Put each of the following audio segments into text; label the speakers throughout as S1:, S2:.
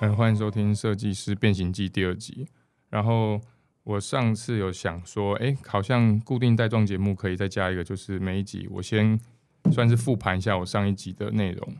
S1: 们欢迎收听《设计师变形记》第二集。然后我上次有想说，哎，好像固定带状节目可以再加一个，就是每一集我先算是复盘一下我上一集的内容，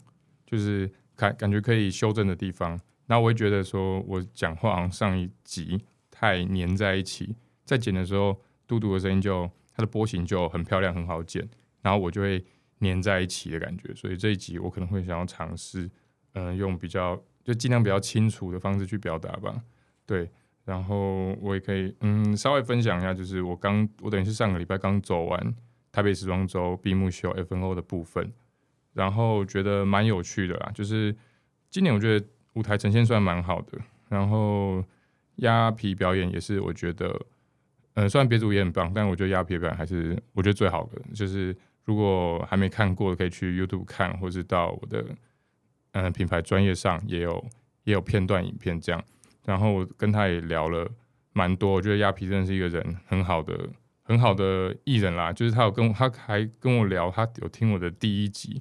S1: 就是感感觉可以修正的地方。然后我会觉得说我讲话好像上一集太粘在一起，在剪的时候，嘟嘟的声音就它的波形就很漂亮，很好剪，然后我就会粘在一起的感觉。所以这一集我可能会想要尝试，嗯、用比较就尽量比较清楚的方式去表达吧。对，然后我也可以嗯稍微分享一下，就是我刚我等于是上个礼拜刚走完台北时装周闭幕秀 FNO 的部分，然后觉得蛮有趣的啦。就是今年我觉得舞台呈现算蛮好的，然后鸭皮表演也是我觉得，呃，虽然别组也很棒，但我觉得鸭皮表演还是我觉得最好的。就是如果还没看过，可以去 YouTube 看，或是到我的嗯、呃品牌专业上也有也有片段影片这样。然后我跟他也聊了蛮多，我觉得亚皮真的是一个人很好的、很好的艺人啦。就是他有跟我他还跟我聊，他有听我的第一集，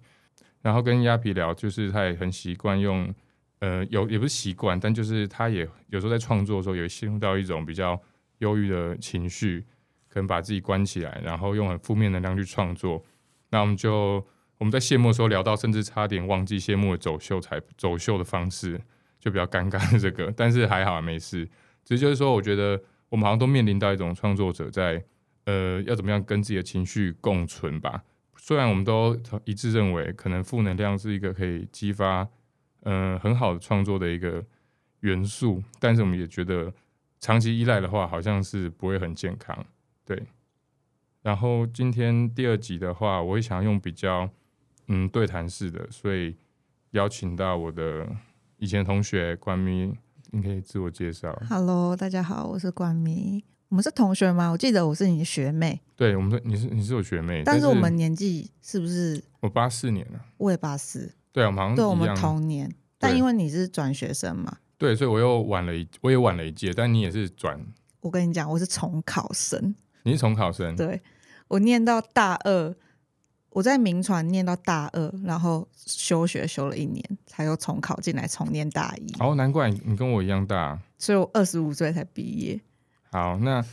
S1: 然后跟亚皮聊，就是他也很习惯用，呃，有也不是习惯，但就是他也有时候在创作的时候，也陷入到一种比较忧郁的情绪，可能把自己关起来，然后用很负面能量去创作。那我们就我们在谢幕的时候聊到，甚至差点忘记谢幕的走秀才走秀的方式，就比较尴尬的这个，但是还好啊没事。只是就是说，我觉得我们好像都面临到一种创作者在呃要怎么样跟自己的情绪共存吧。虽然我们都一致认为，可能负能量是一个可以激发呃很好的创作的一个元素，但是我们也觉得长期依赖的话，好像是不会很健康。对。然后今天第二集的话，我会想要用比较嗯对谈式的，所以邀请到我的以前同学关咪，你可以自我介绍。
S2: Hello，大家好，我是冠明。我们是同学吗？我记得我是你的学妹，
S1: 对，我们说你是你是我学妹，
S2: 但
S1: 是
S2: 是我们年纪是不是
S1: 我八四年啊，
S2: 我也八四？
S1: 对啊，我们好像
S2: 对，我
S1: 一
S2: 们
S1: 样
S2: 同年。但因为你是转学生嘛，
S1: 对，所以我又晚了一，我也晚了一届，但你也是转，
S2: 我跟你讲，我是重考生。
S1: 你是重考生，
S2: 对我念到大二，我在民传念到大二，然后休学休了一年，才又重考进来重念大一，
S1: 哦，难怪你你跟我一样大。啊
S2: 所以我二十五岁才毕业。
S1: 好，那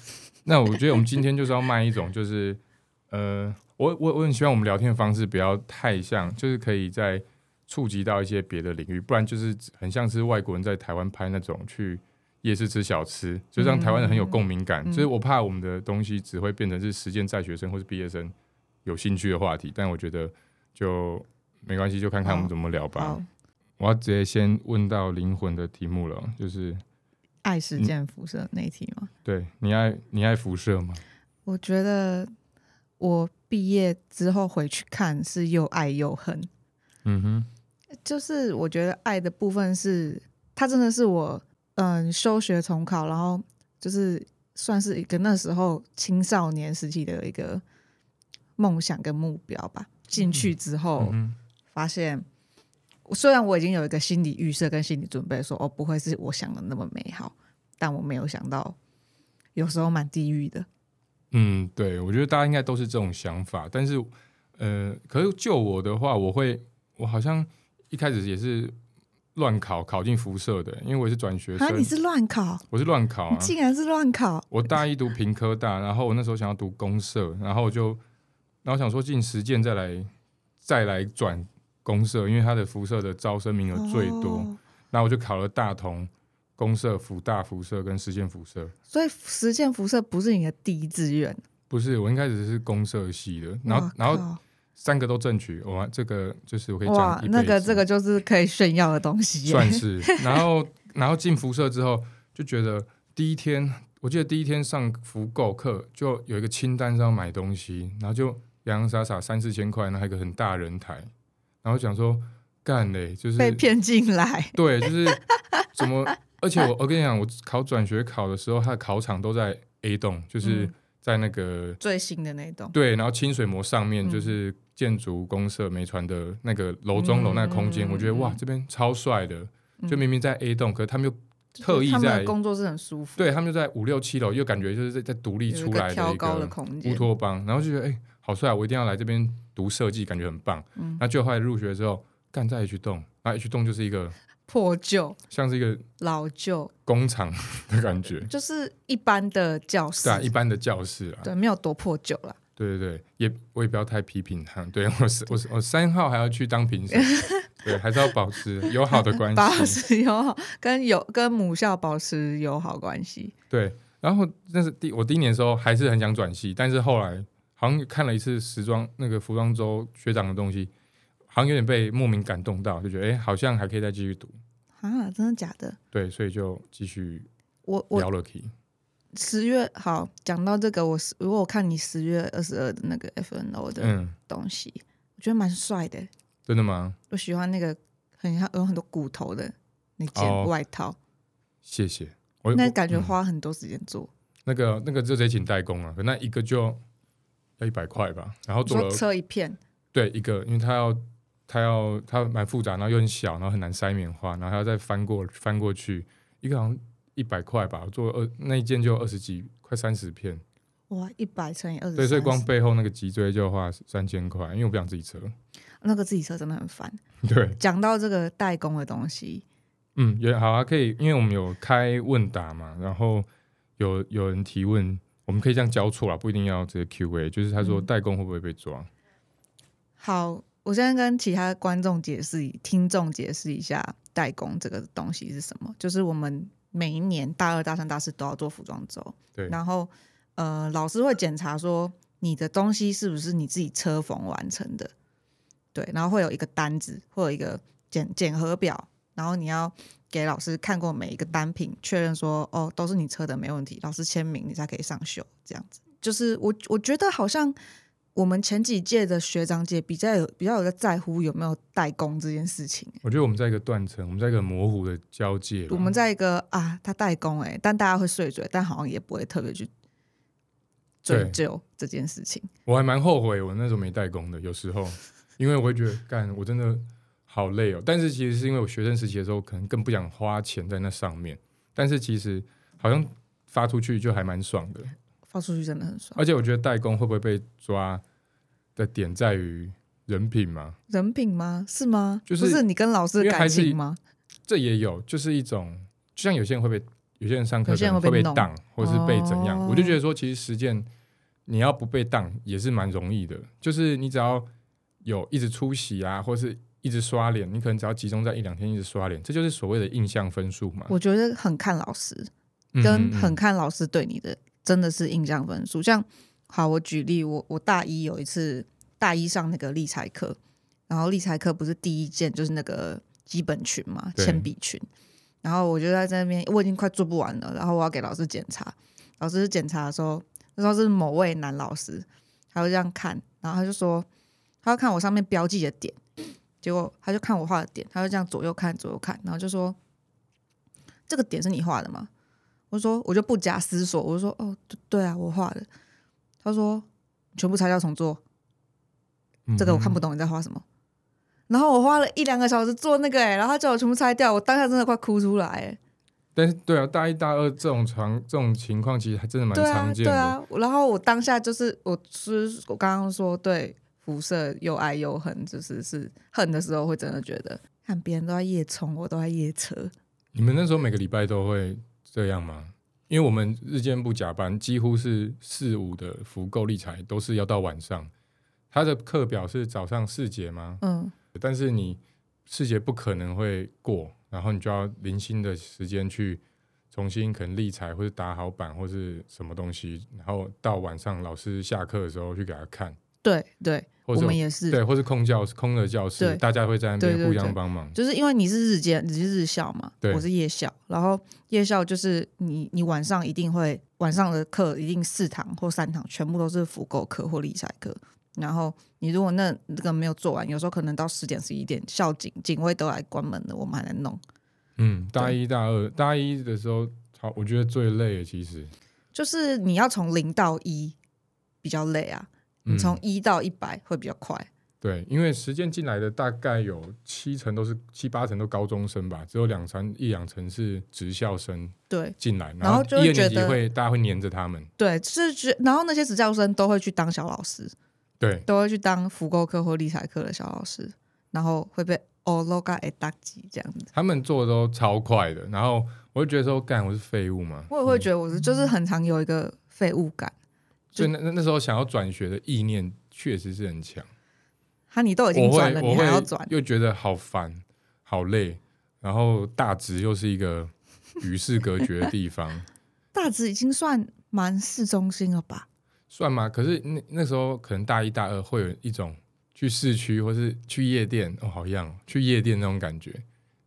S1: 那我觉得我们今天就是要卖一种，就是呃，我我我很希望我们聊天的方式不要太像，就是可以在触及到一些别的领域，不然就是很像是外国人在台湾拍那种去夜市吃小吃，就让台湾人很有共鸣感。
S2: 嗯嗯
S1: 就是我怕我们的东西只会变成是实践在学生或是毕业生有兴趣的话题，但我觉得就没关系，就看看我们怎么聊吧。
S2: 好，
S1: 我要直接先问到灵魂的题目了，就是
S2: 爱
S1: 嗯
S2: 实践辐射那一题吗？
S1: 对你爱你爱辐射吗？
S2: 我觉得我毕业之后回去看是又爱又恨，
S1: 嗯哼。
S2: 就是我觉得爱的部分是，它真的是我嗯休学重考，然后就是算是一个那时候青少年时期的一个梦想跟目标吧。进去之后、
S1: 嗯
S2: 发现，虽然我已经有一个心理预设跟心理准备说哦不会是我想的那么美好，但我没有想到有时候蛮地狱的。
S1: 嗯，对，我觉得大家应该都是这种想法，但是，呃，可是就我的话，我会，我好像一开始也是乱考考进辐射的，因为我是转学
S2: 啊，
S1: 生，
S2: 你是乱考，
S1: 我是乱考
S2: 你
S1: 啊，
S2: 竟然是乱考，
S1: 我大一读平科大，然后我那时候想要读公社，然后我就，然后想说进实践再来再来转公社，因为它的辐射的招生名额最多，
S2: 哦
S1: 那、我就考了大同、公社、辅大辐射跟实践辐射。
S2: 所以实践辐射不是你的第一志愿。
S1: 不是，我一开始是公社系的，然后
S2: 哇
S1: 然后
S2: 靠
S1: 三个都正取，哇，这个就是我可以
S2: 哇
S1: 讲一辈，子
S2: 那个这个就是可以炫耀的东西耶。
S1: 算 是。然后然后进辐射之后，就觉得第一天，我记得第一天上福购课，就有一个清单是要买东西，然后就洋洋洒洒三四千块，然后还有一个很大人台，然后讲说干嘞，就是
S2: 被骗进来，
S1: 对，就是怎么，而且我我跟你讲，我考转学考的时候，他的考场都在 A 栋，就是
S2: 嗯
S1: 在那个
S2: 最新的那栋。
S1: 对，然后清水模上面
S2: 嗯
S1: 就是建筑公社梅传的那个楼中楼那个空间，
S2: 嗯
S1: 我觉得哇
S2: 嗯，
S1: 这边超帅的。
S2: 嗯
S1: 就明明在 A 栋，可是他们又特意
S2: 他们
S1: 在
S2: 的，工作是很舒服，
S1: 对他们就在五六七楼，又感觉就是在在独立
S2: 有一
S1: 出
S2: 个
S1: 来的
S2: 挑
S1: 一
S2: 高
S1: 个
S2: 的空
S1: 乌
S2: 间。
S1: 托邦，然后就觉得哎，好帅，我一定要来这边读设计，感觉很棒。
S2: 嗯
S1: 那就后来入学之后，干在 H 栋，然后 H 栋就是一个
S2: 破旧、
S1: 像是一个
S2: 老旧，
S1: 工厂的感 觉，
S2: 就是一般的教室，
S1: 对啊，一般的教室啊，
S2: 对，没有多破旧啦。
S1: 对对对，也我也不要太批评他，对 我是我是我三号还要去当评 审，对，还是要保持友好的关
S2: 保
S1: 系，
S2: 持友好，跟友跟母校保持友好关系。
S1: 对。然后那是第我第一年的时候还是很想转系，但是后来好像看了一次时装那个服装周学长的东西，好像有点被莫名感动到，就觉得哎，诶好像还可以再继续读，
S2: 啊，真的假的？
S1: 对，所以就继续
S2: 我我
S1: 聊了 key。
S2: 十月好讲到这个，我十如果我看你十月二十二的那个 FNO 的
S1: 嗯，
S2: 东西，我觉得蛮帅的。
S1: 真的吗？
S2: 我喜欢那个很像有很多骨头的那
S1: 哦
S2: 件外套，
S1: 谢谢。我
S2: 那
S1: 我
S2: 感觉
S1: 嗯
S2: 花很多时间做。
S1: 那个那个就得请代工啊了，可那一个就要一百块吧，然后
S2: 你
S1: 做了
S2: 说车一片，
S1: 对一个，因为它要它要它蛮复杂，然后又很小，然后很难塞棉花，然后还要再翻过翻过去，一个好像一百块吧，我做了二那一件就二十几，快三十片，
S2: 哇，一百乘以二十，
S1: 对，所以光背后那个脊椎就花三千块，因为我不想自己车，
S2: 那个自己车真的很烦。
S1: 对，
S2: 讲到这个代工的东西，
S1: 嗯，也好啊，可以，因为我们有开问答嘛，然后有有人提问。我们可以这样交错啦，不一定要直接 Q&A。就是他说
S2: 嗯
S1: 代工会不会被抓？
S2: 好，我先跟其他观众解释一、听众解释一下代工这个东西是什么。就是我们每一年大二、大三、大四都要做服装周，
S1: 对，
S2: 然后呃，老师会检查说你的东西是不是你自己车缝完成的，对，然后会有一个单子，会有一个检检核表，然后你要给老师看过每一个单品，确认说哦都是你车的没问题，老师签名你才可以上修，这样子。就是我我觉得好像我们前几届的学长姐比较有比较有在在乎有没有代工这件事情，
S1: 我觉得我们在一个断层，我们在一个模糊的交界啦。
S2: 我们在一个啊，他代工哎、但大家会碎嘴，但好像也不会特别去追
S1: 对
S2: 究这件事情。
S1: 我还蛮后悔我那时候没代工的，有时候，因为我会觉得干我真的好累哦。但是其实是因为我学生时期的时候，可能更不想花钱在那上面。但是其实好像发出去就还蛮爽的。
S2: 发出去真的很爽，
S1: 而且我觉得代工会不会被抓的点在于人品嘛，
S2: 人品吗？是吗？
S1: 就是
S2: 不是你跟老师的
S1: 因
S2: 感
S1: 为还是啊
S2: 情吗？
S1: 这也有就是一种，就像有些人会被有些人上课
S2: 有些人
S1: 可能
S2: 会被
S1: 被
S2: 弄
S1: 当，或是被怎样，
S2: 哦
S1: 我就觉得说其实实践你要不被当也是蛮容易的，就是你只要有一直出席啊，或是一直刷脸，你可能只要集中在一两天一直刷脸，这就是所谓的印象分数嘛，
S2: 我觉得很看老师，
S1: 嗯
S2: 跟
S1: 嗯
S2: 很
S1: 嗯
S2: 看老师对你的真的是印象分数。像好，我举例，我我大一有一次大一上那个立裁课，然后立裁课不是第一件就是那个基本群嘛，
S1: 对
S2: 铅笔群，然后我就在那边，我已经快做不完了，然后我要给老师检查，老师检查的时候，那时候是某位男老师，他就这样看，然后他就说，他要看我上面标记的点，结果他就看我画的点，他就这样左右看左右看，然后就说，这个点是你画的吗？我说我就不假思索，我就说哦对对啊，我画的。他说全部拆掉重做，
S1: 嗯
S2: 这个我看不懂你在画什么。然后我花了一两个小时做那个、欸，然后他叫我全部拆掉，我当下真的快哭出来、欸。
S1: 但是对啊，大一大二这种常这种情况其实还真的蛮
S2: 对啊
S1: 常，见
S2: 对
S1: 的，
S2: 啊。然后我当下就是我是我刚刚说对辐射又爱又恨，就是是恨的时候会真的觉得，看别人都在夜冲，我都在夜车。
S1: 你们那时候每个礼拜都会这样吗？因为我们日间部甲班几乎是四五的福购立财都是要到晚上，他的课表是早上四节吗？
S2: 嗯，
S1: 但是你四节不可能会过，然后你就要零星的时间去重新可能立财或者打好板或是什么东西，然后到晚上老师下课的时候去给他看，
S2: 对对，
S1: 或
S2: 我
S1: 者
S2: 们也是。
S1: 对，或是空教空的教室，
S2: 对
S1: 大家会在那边
S2: 对对
S1: 互
S2: 对
S1: 相帮忙。
S2: 就是因为你是日间，你是日校嘛，
S1: 对
S2: 我是夜校，然后夜校就是你你晚上一定会晚上的课一定四堂或三堂全部都是辅构课或理财课，然后你如果那那个没有做完，有时候可能到十点十一点，校警警卫都来关门了，我们还能弄。
S1: 嗯，大
S2: 对
S1: 一大二，大一的时候，好，我觉得最累的其实，
S2: 就是你要从零到一比较累啊，你
S1: 嗯，
S2: 从一到一百会比较快。
S1: 对，因为实践进来的大概有七成都是七八成都高中生吧，只有两三一两成是职校生
S2: 对
S1: 进来，
S2: 然后就会
S1: 一二年
S2: 觉
S1: 级
S2: 得
S1: 会大家会黏着他们，
S2: 对，是觉，然后那些职教生都会去当小老师，
S1: 对
S2: 都会去当辅购课或理财课的小老师，然后会被哦 loga 诶打击这样子。
S1: 他们做的都超快的，然后我就觉得说，干我是废物嘛。
S2: 我也会觉得我是就是很常有一个废物感。
S1: 所以那那那时候想要转学的意念确实是很强。
S2: 哈，你都已经
S1: 我会
S2: 转了，
S1: 我
S2: 你还要
S1: 会
S2: 转？
S1: 又觉得好烦、好累，然后大直又是一个与世隔绝的地方，
S2: 大直已经算蛮市中心了吧？
S1: 算吗？可是那那时候可能大一、大二会有一种去市区或是去夜店哦，好样哦，去夜店那种感觉，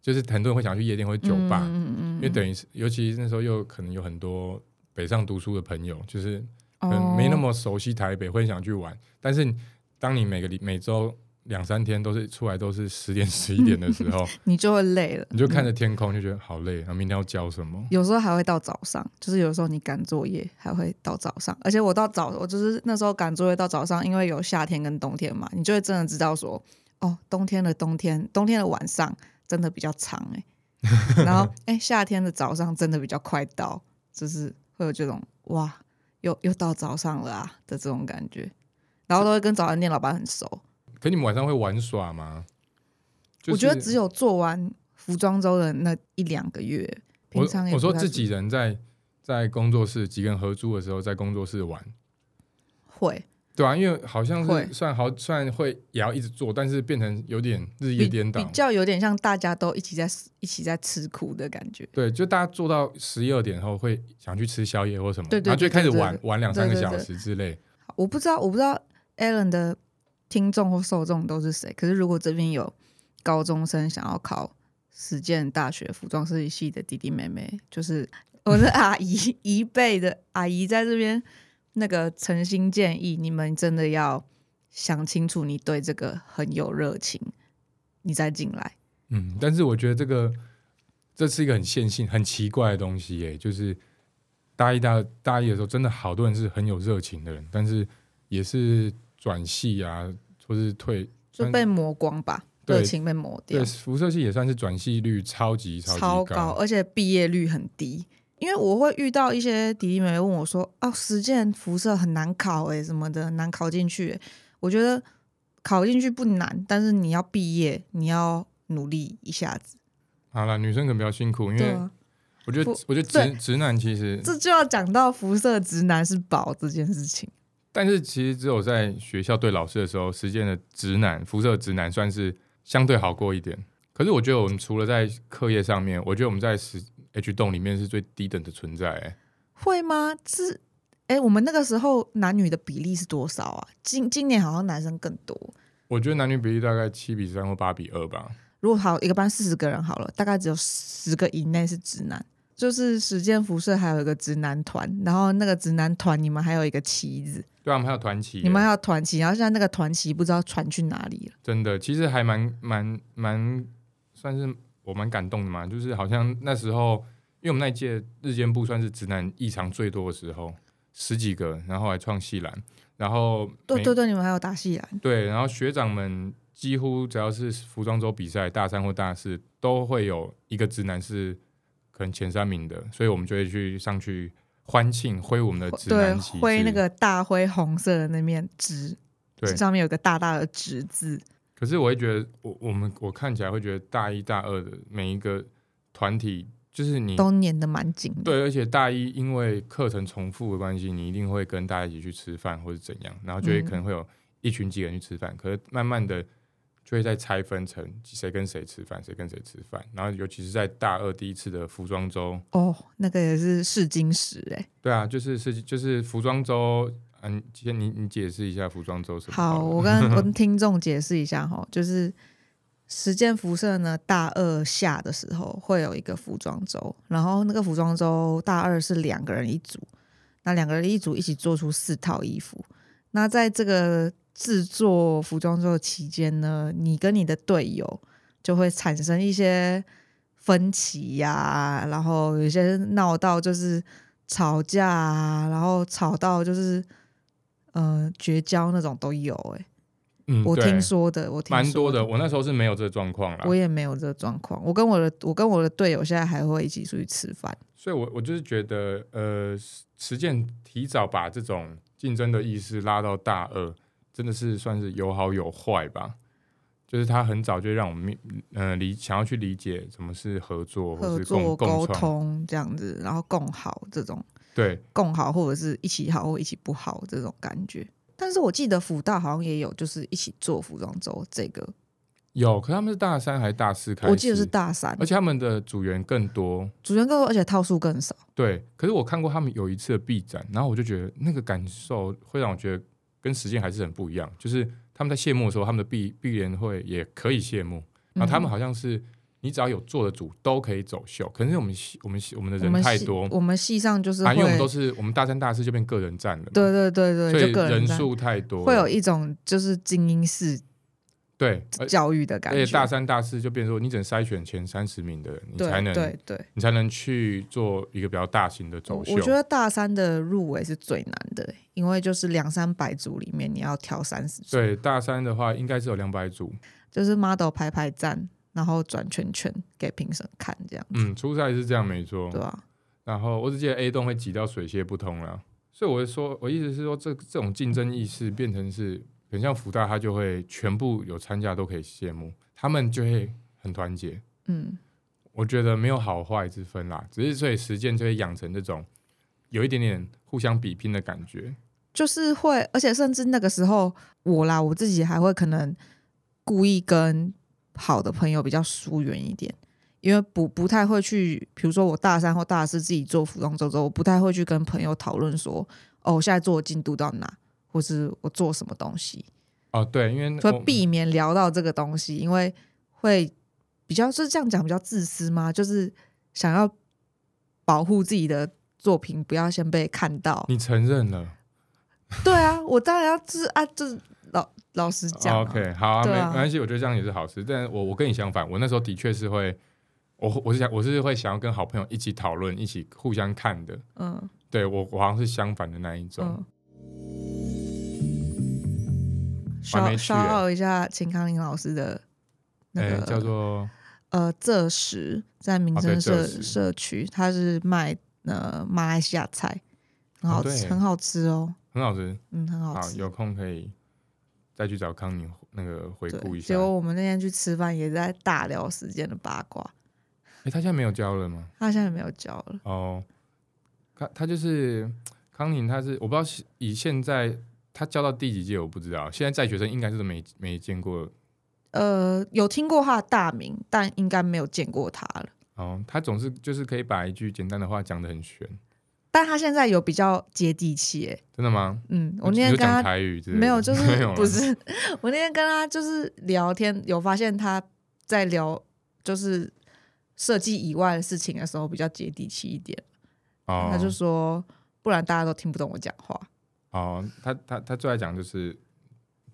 S1: 就是很多人会想去夜店或者酒吧，
S2: 嗯嗯
S1: 因为等于是，尤其那时候又可能有很多北上读书的朋友，就是可
S2: 哦
S1: 能没那么熟悉台北，会想去玩。但是当你每个礼每周两三天都是出来都是十点十一点的时候，
S2: 你就会累了。
S1: 你就看着天空就觉得好累，然后明天要教什么？
S2: 有时候还会到早上，就是有时候你赶作业还会到早上，而且我到早，我就是那时候赶作业到早上，因为有夏天跟冬天嘛，你就会真的知道说，哦，冬天的冬天，冬天的晚上真的比较长 哎、然后哎、夏天的早上真的比较快到，就是会有这种哇，又又到早上了啊的这种感觉，然后都会跟早餐店老板很熟，
S1: 可你们晚上会玩耍吗？就是
S2: 我觉得只有做完服装周的那一两个月，平
S1: 我
S2: 常也
S1: 我说
S2: 不太
S1: 自己人在在工作室几个人合租的时候，在工作室玩，
S2: 会。
S1: 对啊，因为好像
S2: 会
S1: 是算好算会也要一直做，但是变成有点日夜颠倒
S2: 比，较有点像大家都一起在一起在吃苦的感觉。
S1: 对，就大家做到十一二点后会想去吃宵夜或什么，
S2: 对对
S1: 然后就
S2: 对
S1: 开始
S2: 对对
S1: 玩玩两三个
S2: 对对
S1: 小
S2: 对
S1: 时之类。
S2: 我不知道，我不知道 Alan 的听众或受众都是谁。可是如果这边有高中生想要考实践大学服装设计系的弟弟妹妹， 就是我的阿姨一辈的阿姨在这边，那个诚心建议你们真的要想清楚，你对这个很有热情，你再进来。
S1: 嗯，但是我觉得这个这是一个很线性、很奇怪的东西耶，就是大一大二大一的时候，真的好多人是很有热情的人，但是也是转系啊，或是退
S2: 就被磨光吧，
S1: 对
S2: 热情被磨掉
S1: 对。辐射系也算是转系率超级超级
S2: 超高，
S1: 高
S2: 而且毕业率很低。因为我会遇到一些弟弟妹妹问我说：“哦，实践辐射很难考诶、什么的很难考进去、欸。”我觉得考进去不难，但是你要毕业，你要努力一下子。
S1: 好了，女生可能比较辛苦，因
S2: 对
S1: 为嗯
S2: 啊，
S1: 我觉得
S2: 不
S1: 我觉得
S2: 对
S1: 直直男其实，
S2: 这就要讲到辐射直男是宝这件事情。
S1: 但是其实只有在学校对老师的时候，实践的直男辐射直男算是相对好过一点。可是我觉得我们除了在课业上面，我觉得我们在实 H 栋里面是最低等的存在、欸。
S2: 会吗？是哎、我们那个时候男女的比例是多少啊？今今年好像男生更多。
S1: 我觉得男女比例大概七比三或八比二吧。
S2: 如果好一个班四十个人好了，大概只有十个以内是直男，就是实践辐射还有一个直男团，然后那个直男团你们还有一个旗子，
S1: 对啊，我们还有团旗欸、
S2: 你们还有团旗，然后现在那个团旗不知道传去哪里了。
S1: 真的其实还蛮蛮蛮算是我蛮感动的嘛，就是好像那时候，因为我们那一届日间部算是直男异常最多的时候，十几个，然后还创系篮，然后
S2: 对
S1: 每
S2: 对对，你们还有打戏篮，
S1: 对，然后学长们几乎只要是服装周比赛，大三或大四都会有一个直男是可能前三名的，所以我们就会去上去欢庆挥我们的直
S2: 对
S1: 男，旗帜，
S2: 挥那个大灰红色的那面直，
S1: 对。嗯
S2: 上面有个大大的直字。
S1: 可是我会觉得，我我们我看起来会觉得大一大二的每一个团体，就是你
S2: 都嗯粘的蛮紧的，
S1: 对，而且大一因为课程重复的关系，你一定会跟大家一起去吃饭或者怎样，然后就会
S2: 嗯
S1: 可能会有一群几个人去吃饭，可是慢慢的就会再拆分成谁跟谁吃饭，谁跟谁吃饭，然后尤其是在大二第一次的服装周，
S2: 哦，那个也是试金石哎、
S1: 对啊，就是是就是服装周，嗯、你先你你解释一下服装周什么嗯
S2: 好，
S1: 了
S2: 我跟我跟听众解释一下哈，就是实践辐射呢，大二下的时候会有一个服装周，然后那个服装周大二是两个人一组，那两个人一组一起做出四套衣服。那在这个制作服装周的期间呢，你跟你的队友就会产生一些分歧呀、然后有一些闹到就是吵架啊，然后吵到就是呃绝交那种都有、欸。
S1: 嗯，
S2: 我
S1: 对
S2: 听说的，我听
S1: 蛮多
S2: 说
S1: 的，，我那时候是没有这个状况啦，
S2: 我也没有这个状况。我跟我的我跟我的队友现在还会一起出去吃饭。
S1: 所以我，我就是觉得，呃，实实践提早把这种竞争的意识拉到大二，真的是算是有好有坏吧。就是他很早就让我们明呃理想要去理解什么是合作或
S2: 合
S1: 是共
S2: 作沟
S1: 共创，
S2: 通这样子，然后共好这种
S1: 对，
S2: 共好或者是一起好或一起不好这种感觉。但是我记得福大好像也有就是一起做服装周这个，
S1: 有，可他们是大三还是大四开始？
S2: 我记得是，大三
S1: 而，且他们的组员更多。
S2: 组员更多，而且套数更少。
S1: 对，可是我看过他们有一次的 B 展，然后我就觉得那个感受会让我觉得跟实践还是很不一样。就是他们在谢幕的时候，他们的毕毕联会也可以谢幕，然后他们
S2: 嗯
S1: 好像是你只要有做的组都可以走秀。可是我们系我们系我们的
S2: 我
S1: 人
S2: 们
S1: 太
S2: 系
S1: 多
S2: 我们系上就是
S1: 啊，
S2: 会，
S1: 因为我们都是我们大三大四就变个人战了嘛，
S2: 对对对
S1: 所
S2: 对，
S1: 以
S2: 就个
S1: 人
S2: 在
S1: 数太多了，
S2: 会有一种就是精英式
S1: 对，而
S2: 教育的感
S1: 而且
S2: 觉。
S1: 大三大四就变成说你只能筛选前三十名的人，你
S2: 对
S1: 才能
S2: 对对，
S1: 你才能去做一个比较大型的
S2: 我
S1: 走秀。
S2: 我觉得大三的入围是最难的，欸因为就是两三百组里面你要挑三十组，
S1: 对大三的话，应该是有两百组。
S2: 就是 model 排排站，然后转圈圈给评审看这样，
S1: 嗯，初赛是这样没错。
S2: 对啊，
S1: 然后我只记得 A 栋会挤到水泄不通了，所以我是说，我意思是说，这这种竞争意识变成是很像福大，他就会全部有参加都可以谢幕，他们就会很团结。
S2: 嗯，
S1: 我觉得没有好坏之分啦，只是所以实践就会养成这种有一点点互相比拼的感觉。
S2: 就是会，而且甚至那个时候我啦，我自己还会可能故意跟好的朋友比较疏远一点，因为不不太会去，比如说我大三或大四自己做服装周周，我不太会去跟朋友讨论说，哦，我现在做的进度到哪，或是我做什么东西，
S1: 哦，对，因为
S2: 就
S1: 我
S2: 避免聊到这个东西，因为会比较就是这样讲比较自私吗？就是想要保护自己的作品，不要先被看到。
S1: 你承认了。
S2: 对啊，我当然要就是啊，就是老老实讲、啊
S1: OK，好、啊，没
S2: 对啊
S1: 没关系，我觉得这样也是好事。但我我跟你相反，我那时候的确是会，我我是想我是会想要跟好朋友一起讨论，一起互相看的。
S2: 嗯
S1: 对我我好像是相反的那一种。
S2: 嗯。
S1: 我还
S2: 稍
S1: 没去欸
S2: 稍傲一下秦康林老师的嗯那
S1: 哎
S2: 个、
S1: 叫做
S2: 呃这时在民
S1: 哦对
S2: 生社、
S1: 这时
S2: 社区，他是卖呃马来西亚菜，很
S1: 哦
S2: 好
S1: 对
S2: 吃，很好吃哦，
S1: 很好吃，
S2: 嗯，很好
S1: 好
S2: 吃。
S1: 有空可以再去找康宁那个回顾
S2: 对，
S1: 一下
S2: 结。果我们那天去吃饭也在大聊时间的八卦，
S1: 哎，他现在没有交了吗？
S2: 他现在没有教了，
S1: 哦，他他就是康宁，他是我不知道是以现在他教到第几届我不知道，现在在学生应该是都没没见过
S2: 呃，有听过他的大名，但应该没有见过他了。
S1: 哦，他总是就是可以把一句简单的话讲得很玄，
S2: 但他现在有比较接地气耶，
S1: 真的吗？
S2: 嗯，我
S1: 哦你
S2: 那天
S1: 就
S2: 跟
S1: 讲
S2: 他
S1: 台语之类的，
S2: 没有，就
S1: 没
S2: 是
S1: 有啦
S2: 不是， 我那天跟他就是聊天，有发现他在聊就是设计以外的事情的时候比较接地气一点，
S1: 哦，
S2: 他就说不然大家都听不懂我讲话。
S1: 哦，他他他最爱讲就是，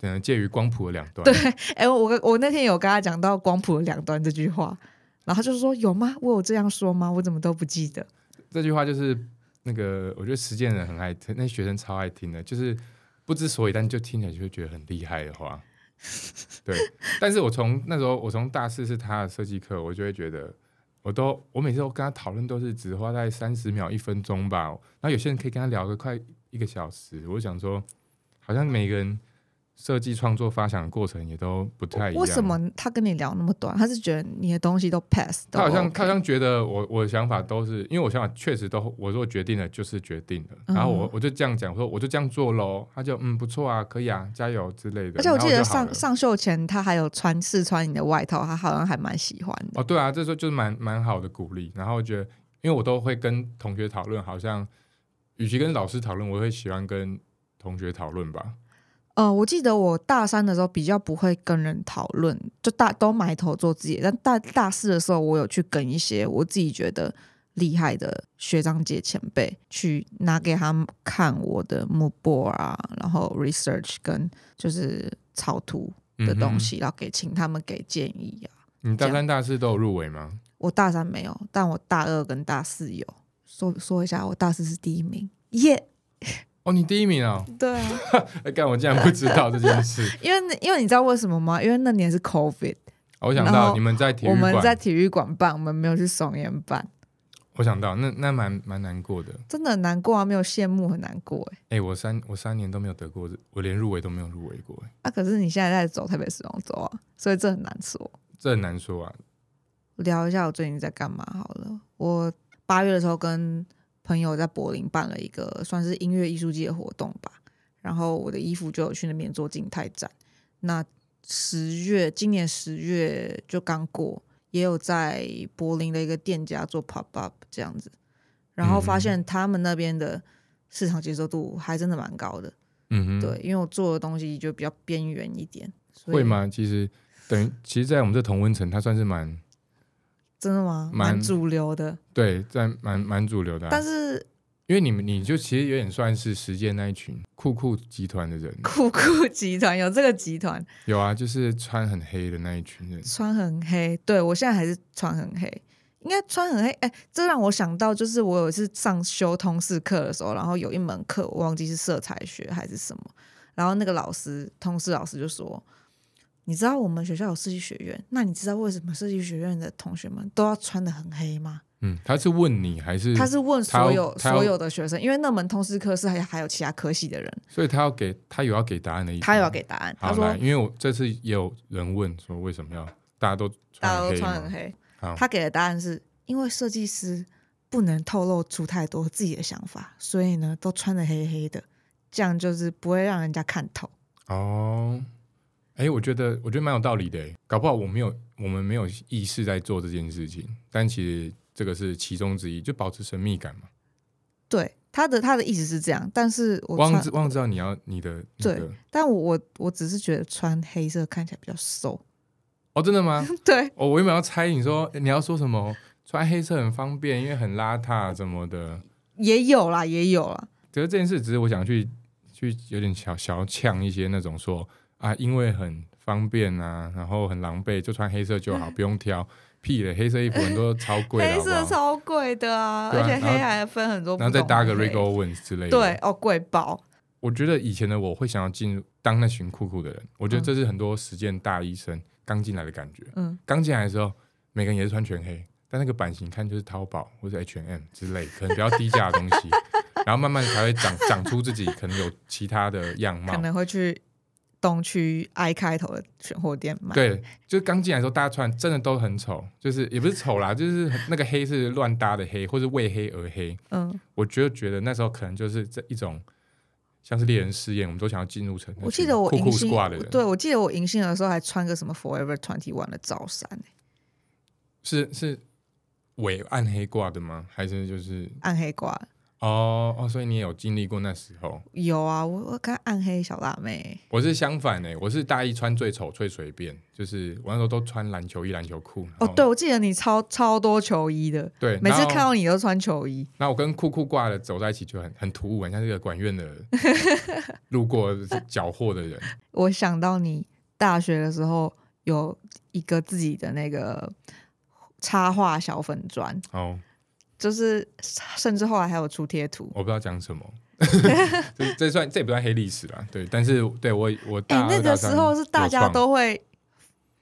S1: 嗯，介于光谱的两端，
S2: 对，哎、我跟我那天有跟他讲到光谱的两端这句话，然后他就说有吗？我有这样说吗？我怎么都不记得。
S1: 这句话就是那个，我觉得实践人很爱听，那学生超爱听的，就是不知所以，但就听起来就会觉得很厉害的 话。对，但是我从那时候，我从大四是他的设计课，我就会觉得，我都我每次都跟他讨论都是只花在三十秒、一分钟吧，然后有些人可以跟他聊个快一个小时，我就想说，好像每个人设计创作发想的过程也都不太一样。
S2: 为什么他跟你聊那么短？他是觉得你的东西都 pass，
S1: 他好像
S2: 哦 OK
S1: 他好像觉得我我的想法都是，因为我想法确实都，我说决定了就是决定了，
S2: 嗯
S1: 然后我我就这样讲，我说我就这样做喽，他就嗯不错啊，可以啊，加油之类的。
S2: 而且我记得
S1: 然后就好
S2: 上
S1: 了
S2: 上秀前他还有穿试穿你的外套，他好像还蛮喜欢的。
S1: 哦对啊，这时候就是蛮蛮好的鼓励，然后我觉得因为我都会跟同学讨论，好像与其跟老师讨论，我会喜欢跟同学讨论吧。
S2: 呃，我记得我大三的时候比较不会跟人讨论，就大都埋头做自己的。但大大四的时候，我有去跟一些我自己觉得厉害的学长姐前辈去拿给他们看我的幕布啊，然后 research 跟就是草图
S1: 嗯
S2: 的
S1: 哼
S2: 东，西，然后给请他们给建议啊。
S1: 你大
S2: 这
S1: 三大四都有入围吗？
S2: 我大三没有，但我大二跟大四有。说说一下，我大四是第一名，耶、
S1: 哦，你第一名哦！
S2: 对啊，
S1: 哎，干，我竟然不知道这件事。
S2: 因为那因为你知道为什么吗？因为那年是 COVID，
S1: 哦我想
S2: 然
S1: 到
S2: 后
S1: 你们在体育
S2: 我
S1: 馆，
S2: 们在体育馆办，我们没有去松烟办，
S1: 我想到那那蛮蛮难过的。
S2: 真的很难过啊，没有羡慕很难过哎、
S1: 哎、我三我三年都没有得过，我连入围都没有入围过。哎
S2: 啊，可是你现在在走台北时装周啊，所以这很难说。
S1: 这很难说啊。
S2: 聊一下我最近在干嘛好了。我八月的时候跟朋友在柏林办了一个算是音乐艺术季的活动吧，然后我的衣服就有去那边做静态展。那十月，今年十月就刚过，也有在柏林的一个店家做 pop up 这样子，然后
S1: 嗯
S2: 发现他们那边的市场接受度还真的蛮高的。
S1: 嗯哼，
S2: 对，因为我做的东西就比较边缘一点，所以
S1: 会？吗？其实等于，其实，在我们这同温层，它算是蛮
S2: 真的吗？
S1: 蛮
S2: 蛮主流的，
S1: 对，在蛮蛮主流的啊、
S2: 但是
S1: 因为你们，你就其实有点算是实践那一群酷酷集团的人，
S2: 酷酷集团有这个集团，
S1: 有啊，就是穿很黑的那一群人。
S2: 穿很黑，对我现在还是穿很黑，应该穿很黑。哎、这让我想到，就是我有一次上修通识课的时候，然后有一门课我忘记是色彩学还是什么，然后那个老师，通识老师就说：“你知道我们学校有设计学院，那你知道为什么设计学院的同学们都要穿的很黑吗
S1: 嗯，他是问你还是？”
S2: 他是问所有
S1: 嗯他要
S2: 所有的学生，因为那门通识课是还还有其他科系的人，
S1: 所以他要给他有要给答案的意思。
S2: 他有要给答案，
S1: 嗯
S2: 他
S1: 好
S2: 说
S1: 来，因为我这次也有人问说为什么要大家都
S2: 大
S1: 穿
S2: 家
S1: 很
S2: 都
S1: 黑
S2: 穿
S1: 嘛
S2: 很黑
S1: 好。
S2: 他给的答案是因为设计师不能透露出太多自己的想法，所以呢都穿的黑黑的，这样就是不会让人家看透。
S1: 哦，哎，我觉得我觉得蛮有道理的诶，搞不好我没有我们没有意识在做这件事情，但其实这个是其中之一，就保持神秘感嘛。
S2: 对，他的他的意思是这样，但是我
S1: 忘
S2: 穿
S1: 知，忘知道你要你的那
S2: 对
S1: 个
S2: 但我我我只是觉得穿黑色看起来比较瘦。
S1: 哦，真的吗？
S2: 对，
S1: 哦，我原本要猜你说诶你要说什么，穿黑色很方便，因为很邋遢什么的。
S2: 也有啦，也有啦。
S1: 可是这件事只是我想去去有点小小呛一些那种说啊，因为很方便啊，然后很狼狈，就穿黑色 就好，不用挑。屁嘞，黑色衣服很多超贵的，
S2: 黑
S1: 好
S2: 色
S1: 不好
S2: 超贵的啊，
S1: 对啊
S2: 而且
S1: 然后
S2: 黑还分很多不
S1: 然后
S2: 同的
S1: 再
S2: 黑，
S1: 搭个 r i g o Owens 之类的。
S2: 对，哦，贵爆。
S1: 我觉得以前的我会想要进入当那群酷酷的人，我觉得这是很多实践大医生刚进来的感觉。
S2: 嗯，
S1: 刚进来的时候，每个人也是穿全黑，但那个版型看就是淘宝或者 H&M 之类，可能比较低价的东 西，然后慢慢才会长长出自己可能有其他的样貌
S2: 可。能会去东区 I 开头的选货店买。
S1: 对，就是刚进来的时候，大家穿真的都很丑，就是也不是丑啦，就是很那个黑是乱搭的黑，或是为黑而黑。
S2: 嗯，
S1: 我觉得觉得那时候可能就是这一种像是猎人试验，我们都想要进入成那
S2: 我记
S1: 群
S2: 得我
S1: 酷酷
S2: 迎新
S1: squad 的人，
S2: 对我记得我迎新的时候还穿个什么 Forever Twenty One 的罩衫、欸，
S1: 是是伪暗黑挂的吗？还是就是
S2: 暗黑挂
S1: 哦哦，所以你也有经历过那时候？
S2: 有啊，我我看暗黑小辣妹，
S1: 我是相反哎、我是大一穿最丑最随便，就是我那时候都穿篮球衣、篮球裤。
S2: 哦
S1: 然，后
S2: 对，我记得你超超多球衣的，
S1: 对，
S2: 每次
S1: 然后
S2: 看到你都穿球衣，
S1: 那我跟酷酷挂的走在一起就很很突兀，很像这个管 院的路过缴获的人。
S2: 我想到你大学的时候有一个自己的那个插画小粉砖，
S1: 哦，
S2: 就是甚至后来还有出贴图。
S1: 我不知道讲什么， 这这算这也不算黑历史啦。对，但是对我我
S2: 哎、
S1: 大二、
S2: 那
S1: 大
S2: 个时
S1: 三
S2: 候是大
S1: 有
S2: 家
S1: 创
S2: 都会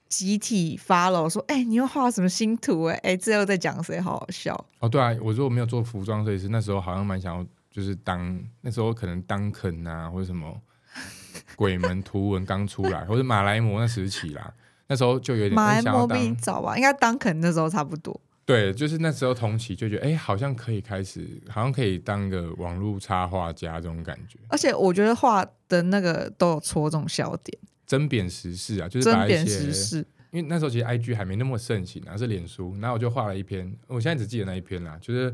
S2: 集体 follow 说，哎、你又画什么新图、哎，哎，这又在讲谁？好好笑。
S1: 哦，对啊，我如果没有做服装设计师，那时候好像蛮想要，就是当那时候可能当肯啊，或者什么鬼门图文刚出来，或者马来模那时期啦，那时候就有点
S2: 马
S1: 哎
S2: 来
S1: 想要
S2: 摩比
S1: 当，
S2: 早啊吧，应该当肯那时候差不多。
S1: 对，就是那时候同期就觉得，哎，好像可以开始，好像可以当个网络插画家这种感觉，
S2: 而且我觉得画的那个都有戳中笑点，
S1: 针砭时事啊，就是
S2: 针
S1: 把一
S2: 砭
S1: 些，
S2: 时事。
S1: 因为那时候其实 IG 还没那么盛行啊，是脸书，然后我就画了一篇，我现在只记得那一篇啦，就是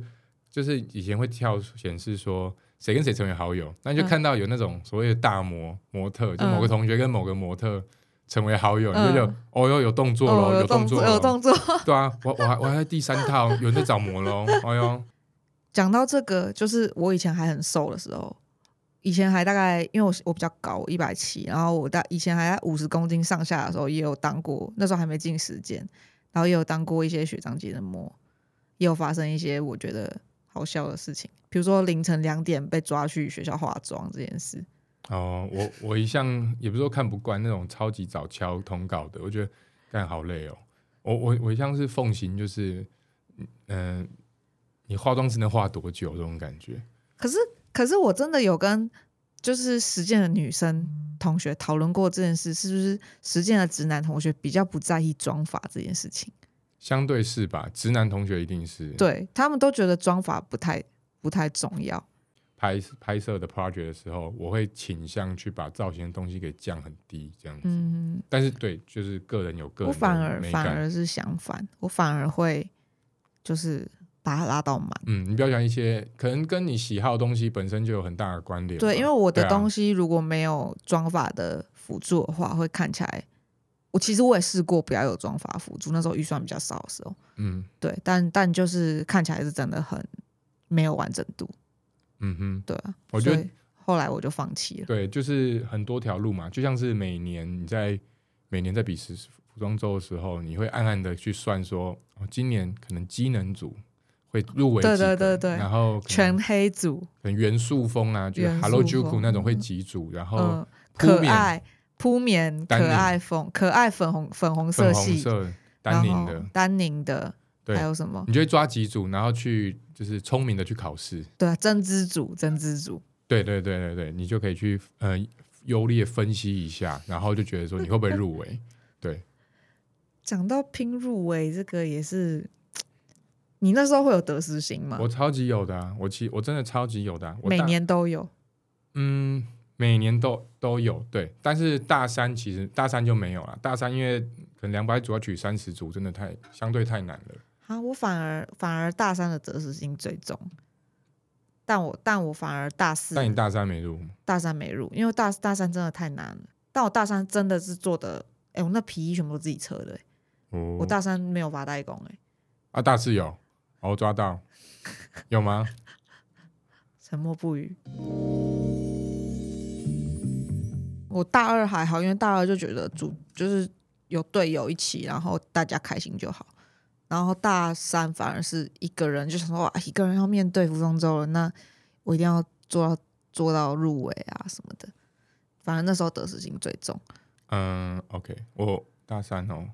S1: 就是以前会跳显示说谁跟谁成为好友，那你就
S2: 嗯
S1: 看到有那种所谓的大模模特，就某个
S2: 嗯
S1: 同学跟某个模特成为好友，你就
S2: 嗯
S1: 觉得哦哟有动作
S2: 哦，
S1: 喽，
S2: 有
S1: 动
S2: 作，
S1: 作
S2: 有
S1: 喽，
S2: 动作。
S1: 对啊，我我还我还在第三套，有人在找模喽，哎呦，
S2: 讲到这个，就是我以前还很瘦的时候，以前还大概因为我是我比较高，我一百七，然后我大以前还在五十公斤上下的时候，也有当过，那时候还没进时间，然后也有当过一些学长姐的模，也有发生一些我觉得好笑的事情，比如说凌晨两点被抓去学校化妆这件事，
S1: 哦，我我一向也不是说看不惯那种超级早敲通告的，我觉得干好累哦。我我我一向是奉行就是，嗯、呃你化妆只能化多久这种感觉。
S2: 可是可是我真的有跟就是实践的女生同学讨论过这件事，是不是实践的直男同学比较不在意妆法这件事情？
S1: 相对是吧？直男同学一定是
S2: 对他们都觉得妆法不太不太重要。
S1: 拍拍摄的 project 的时候，我会倾向去把造型的东西给降很低，这样子。
S2: 嗯，
S1: 但是对，就是个人有个
S2: 我
S1: 人
S2: 反
S1: 的
S2: 而
S1: 美
S2: 反
S1: 感。
S2: 而是相反，我反而会就是把它拉到满。
S1: 嗯，你不要讲一些可能跟你喜好的东西本身就有很大的关联嘛。
S2: 对，因为我的
S1: 对啊
S2: 东西如果没有妆法的辅助的话，会看起来。我其实我也试过不要有妆法辅助，那时候预算比较少的时候，
S1: 嗯
S2: 对，但但就是看起来是真的很没有完整度，
S1: 嗯哼，
S2: 对啊。
S1: 我觉得
S2: 所以后来我就放弃了。
S1: 对，就是很多条路嘛，就像是每年你在每年在比时服装周的时候，你会暗暗的去算说，哦，今年可能机能组会入围
S2: 对
S1: 几个
S2: 对对对
S1: 然后可能
S2: 全黑组，
S1: 可能元素风啊，就是
S2: 元素
S1: Hello Juku
S2: 风
S1: 那种会
S2: 嗯
S1: 几组，然后
S2: 嗯，
S1: 哦铺
S2: 可
S1: 面
S2: 爱铺棉，可
S1: 丹宁
S2: 爱粉，可爱粉红粉红色
S1: 粉红
S2: 系，
S1: 色
S2: 然
S1: 丹宁
S2: 后
S1: 的，
S2: 丹宁的，
S1: 对
S2: 还有什么？
S1: 你就会抓几组，然后去就是聪明的去考试。
S2: 对啊，针织组，针织组，
S1: 对对对对对，你就可以去呃优劣分析一下，然后就觉得说你会不会入围？
S2: 讲到拼入围这个也是，你那时候会有得失心吗？
S1: 我超级有的、啊，我其我真的超级有的、啊。我
S2: 嗯每
S1: 大
S2: 年都有，
S1: 嗯，每年都都有对，但是大三其实大三就没有了。大三因为可能两百组要取三十组，真的太相对太难了。
S2: 啊，我反而反而大三的得失心最重，但我但我反而大四
S1: 但你大三没入，
S2: 大三没入，因为大大三真的太难了。但我大三真的是做的，哎、我那皮衣全部都自己车的、哎
S1: 哦
S2: 我大三没有发代工、哎，
S1: 啊大四有，哦抓到有吗？
S2: 沉默不语。我大二还好，因为大二就觉得组就是有队友一起，然后大家开心就好。然后大三反而是一个人，就想说啊，一个人要面对服装周了，那我一定要做到做到入围啊什么的。反正那时候得失心最重。
S1: 嗯，OK，我大三哦，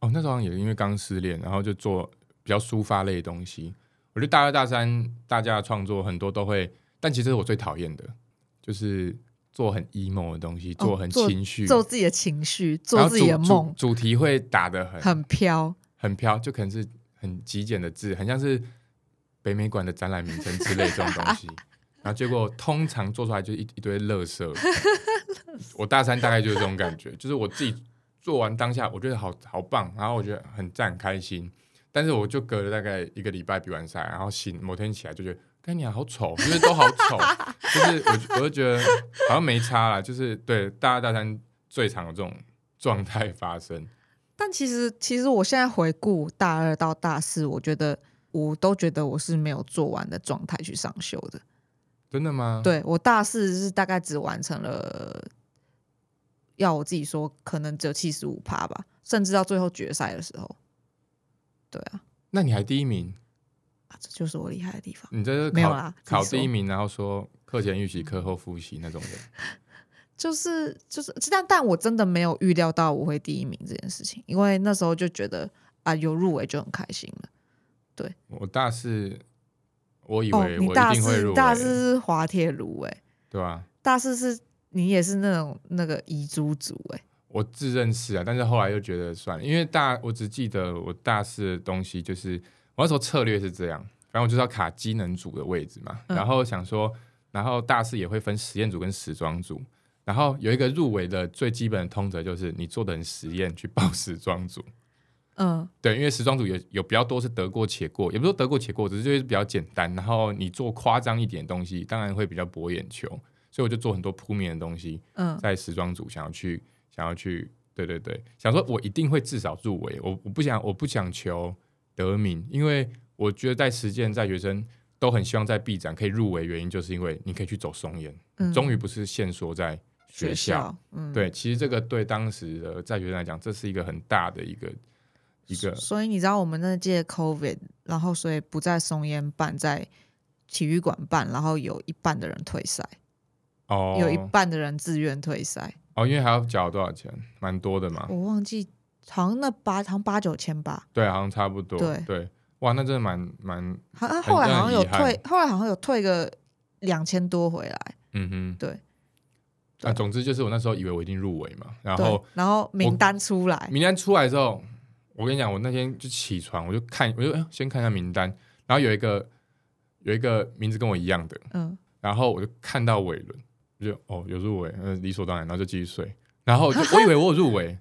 S1: 哦，那时候好像也因为刚失恋，然后就做比较抒发类的东西。我觉得大二、大三大家的创作很多都会，但其实我最讨厌的就是做很 emo 的东西，
S2: 哦
S1: 做很
S2: 做
S1: 情绪，
S2: 做自己的情绪，
S1: 然
S2: 做
S1: 后
S2: 自己的
S1: 主
S2: 梦，
S1: 主主题会打的很
S2: 很飘。
S1: 很飘，就可能是很极简的字，很像是北美馆的展览名称之类这种东西。然后结果通常做出来就是一一堆垃圾。我大三大概就是这种感觉，就是我自己做完当下，我觉得好好棒，然后我觉得很赞很开心。但是我就隔了大概一个礼拜比完赛，然后醒某天起来就觉得，干你、啊、好丑，就是都好丑，就是我我就觉得好像没差啦，就是对大二大三最常有这种状态发生。
S2: 但其实，其实我现在回顾大二到大四，我觉得我都觉得我是没有做完的状态去上修的。
S1: 真的吗？
S2: 对我大四是大概只完成了，要我自己说，可能只有七十五趴吧，甚至到最后决赛的时候。对啊，
S1: 那你还第一名，
S2: 啊这就是我厉害的地方，
S1: 你在这
S2: 没有
S1: 考
S2: 啦自己
S1: 考
S2: 说
S1: 第一名，然后说课前预习、课后复习那种人，
S2: 就是就是，但但我真的没有预料到我会第一名这件事情，因为那时候就觉得啊，有入围就很开心了。
S1: 我大四我以
S2: 嗯哦，
S1: 为
S2: 你
S1: 我
S2: 大
S1: 一定会
S2: 四
S1: 入
S2: 你
S1: 围，
S2: 大四是滑铁卢哎、
S1: 对啊吧、
S2: 大四是你也是那种那个遗珠族哎、
S1: 我自认是啊，但是后来又觉得算了，因为大我只记得我大四的东西就是我那时候策略是这样，反正我就是要卡机能组的位置嘛，
S2: 嗯
S1: 然后想说，然后大四也会分实验组跟时装组，然后有一个入围的最基本的通则就是你做的很实验去报时装组，
S2: 嗯，
S1: 对，因为时装组有有比较多是得过且过，也不是说得过且过，只是就是比较简单。然后你做夸张一点的东西，当然会比较博眼球。所以我就做很多铺面的东西，
S2: 嗯，
S1: 在时装组想要去想要去，对对对，想说我一定会至少入围。我我不想我不想求得名，因为我觉得在实践在学生都很希望在 B 展可以入围，原因就是因为你可以去走松岩，
S2: 嗯
S1: 终于不是限缩在学校。，
S2: 嗯，
S1: 对，其实这个对当时的在学生来讲，这是一个很大的一个一个
S2: 所以你知道我们那届 COVID，然后所以不在松烟办，在体育馆办，然后有一半的人退赛，
S1: 哦，
S2: 有一半的人自愿退赛，
S1: 哦，因为还要缴多少钱，蛮多的嘛。
S2: 我忘记好像那八好像八九千吧，
S1: 对，啊好像差不多。
S2: 对
S1: 哇，那真的蛮蛮，
S2: 好像后来好像有
S1: 很让人
S2: 退，后来好像有退个两千多回来，
S1: 嗯哼，
S2: 对
S1: 啊，总之就是我那时候以为我一定入围嘛，然
S2: 对
S1: 后
S2: 然后名单出来，
S1: 名单出来之后，我跟你讲，我那天就起床，我就看，我就、哎先看一下名单，然后有一个有一个名字跟我一样的，
S2: 嗯，
S1: 然后我就看到伟伦，我就哦有入围，呃理所当然，然后就继续睡，然后我就我以为我有入围，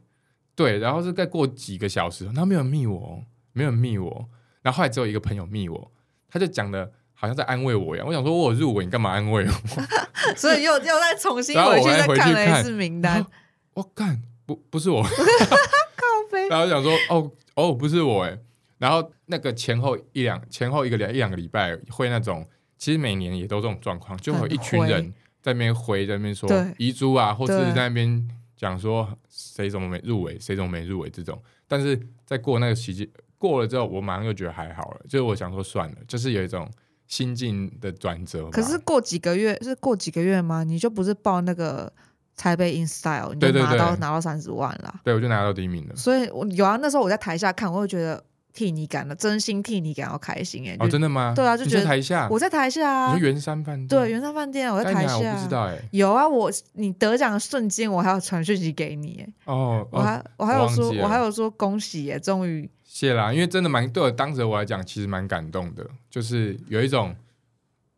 S1: 对，然后是再过几个小时，他没有人密我哦，没有人密我，然后后来只有一个朋友密我，他就讲的好像在安慰我一样，我想说我有入围，你干嘛安慰我？
S2: 所以又又再重新
S1: 然后
S2: 回去
S1: 我还
S2: 再
S1: 回去
S2: 看了一
S1: 看
S2: 次名单，
S1: 我干不不是我，
S2: 靠 背，
S1: 然后想说哦哦不是我哎，然后那个前后一两前后一个两一两个礼拜会那种，其实每年也都这种状况，就会有一群人在那边回在那边说
S2: 对
S1: 遗珠啊，或者
S2: 对
S1: 是在那边讲说谁怎么没入围，谁怎么没入围这种，但是在过那个期间过了之后，我马上就觉得还好了，就是我想说算了，就是有一种心境的转折吧。
S2: 可是过几个月是过几个月吗？你就不是报那个台北 In Style，你
S1: 对
S2: 就
S1: 对
S2: 拿到
S1: 对
S2: 拿到三十万啦。
S1: 对我就拿到第一名了，
S2: 所以我有啊，那时候我在台下看，我会觉得替你感到真心替你感到开心哎、
S1: 哦
S2: 就
S1: 真的吗？
S2: 对啊就
S1: 你
S2: 觉得
S1: 在台下，
S2: 我在台下
S1: 你
S2: 啊
S1: 说，圆山饭店
S2: 对，圆山饭店我在
S1: 在
S2: 台
S1: 哪我
S2: 下，啊
S1: 不知道哎、
S2: 有啊，我你得奖的瞬间，我还有传讯息给你、欸，
S1: 哦，
S2: 我
S1: 哦
S2: 还、我还有
S1: 忘记
S2: 说，
S1: 了
S2: 我还有说恭喜耶、终于
S1: 谢啦，因为真的蛮对我当时我来讲，其实蛮感动的，就是有一种，诶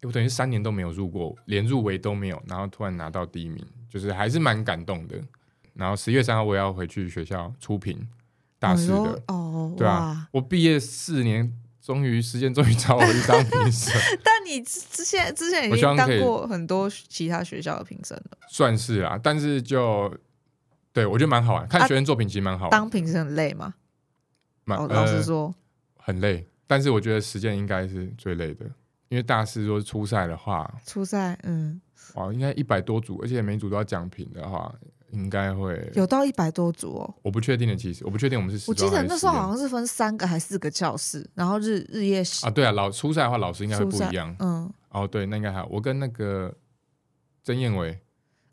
S1: 我等于三年都没有入过，连入围都没有，然后突然拿到第一名，就是还是蛮感动的。然后十月三号我也要回去学校出评大四
S2: 我
S1: 的
S2: 说，哦，
S1: 对啊，我毕业四年，终于时间终于找我去当评 审，
S2: 哇！但你之之前之前已
S1: 我希
S2: 经
S1: 望
S2: 当
S1: 可以哦
S2: 过很多其他学校的评审了，
S1: 算是啦、但是就对我觉得蛮好玩，看
S2: 啊
S1: 学生作品其实蛮好玩，
S2: 当评审很累吗？
S1: 蛮、
S2: 哦，老
S1: 呃
S2: 实说，
S1: 很累，但是我觉得实践应该是最累的，因为大四如果是初赛的话，
S2: 初赛嗯，
S1: 哦，应该一百多组，而且每组都要奖品的话，应该会
S2: 有到一百多组哦。
S1: 我不确定的，其实我不确定我们是时
S2: 我记
S1: 装
S2: 得
S1: 还是
S2: 那时
S1: 实
S2: 候
S1: 验
S2: 好像是分三个还是四个教室，然后日日夜
S1: 啊，对啊，老初赛的话，老师应该会
S2: 初
S1: 不
S2: 赛
S1: 一样。
S2: 嗯
S1: 哦，对，那应该还好。我跟那个曾燕伟，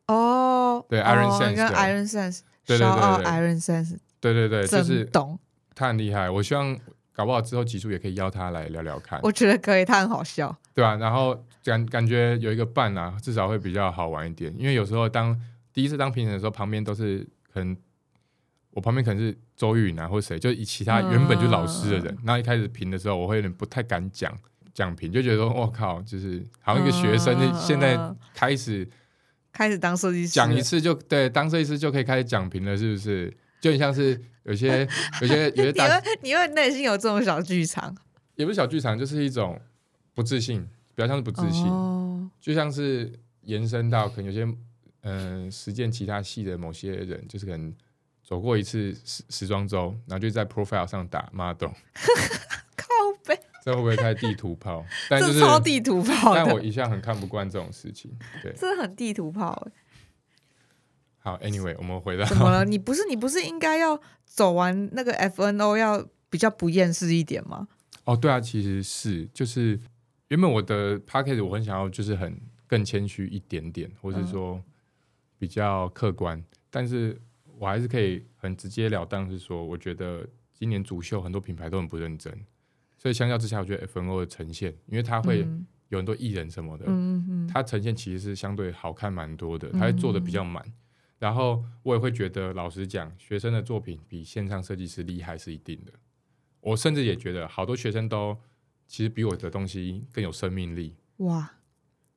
S2: 哦，
S1: 对
S2: 哦
S1: Iron Sense
S2: 跟
S1: 的
S2: Iron Sense，
S1: 对对对
S2: 骄傲
S1: 对
S2: Iron Sense
S1: 对对对，就
S2: 真
S1: 是
S2: 懂，
S1: 他很厉害。我希望搞不好之后集数也可以邀他来聊聊看，
S2: 我觉得可以，他很好笑，
S1: 对啊，然后感感觉有一个伴啊，至少会比较好玩一点。因为有时候当第一次当评审的时候，旁边都是可能我旁边可能是周玉南或谁，就以其
S2: 嗯
S1: 他原本就老师的人。然后一开始评的时候，我会有点不太敢讲讲评，就觉得说我靠，就是好像一个学生，
S2: 嗯
S1: 就现在开始
S2: 开始当设计师
S1: 讲一
S2: 了
S1: 次就对，当设计师就可以开始讲评了，是不是？就很像是有些有些有些
S2: 你
S1: 大
S2: 会你会内心有这种小剧场，
S1: 也不是小剧场，就是一种不自信，比较像是不自信。
S2: 哦，
S1: 就像是延伸到可能有些嗯、呃实践其他系的某些人，就是可能走过一次时时装周，然后就在 profile 上打 model，
S2: 靠背，
S1: 这会不会太地图炮？但就
S2: 这
S1: 是，
S2: 超地图炮
S1: 但我
S2: 的，
S1: 一向很看不惯这种事情。对，
S2: 这很地图炮 欸，
S1: 好，anyway，我们回到
S2: 怎么了？你不是你不是应该要走完那个 FNO 要比较不厌世一点吗？
S1: 哦，对啊，其实是就是原本我的 p a c k a g e 我很想要就是很更谦虚一点点，或是
S2: 嗯
S1: 说比较客观，但是我还是可以很直截了当是说，我觉得今年主秀很多品牌都很不认真，所以相较之下，我觉得 FNO 的呈现，因为它会
S2: 嗯
S1: 有很多艺人什么的，
S2: 嗯嗯
S1: 它呈现其实是相对好看蛮多的，它会做的比较满。然后我也会觉得，老实讲，学生的作品比线上设计师厉害是一定的。我甚至也觉得，好多学生都其实比我的东西更有生命力，
S2: 嗯，哇。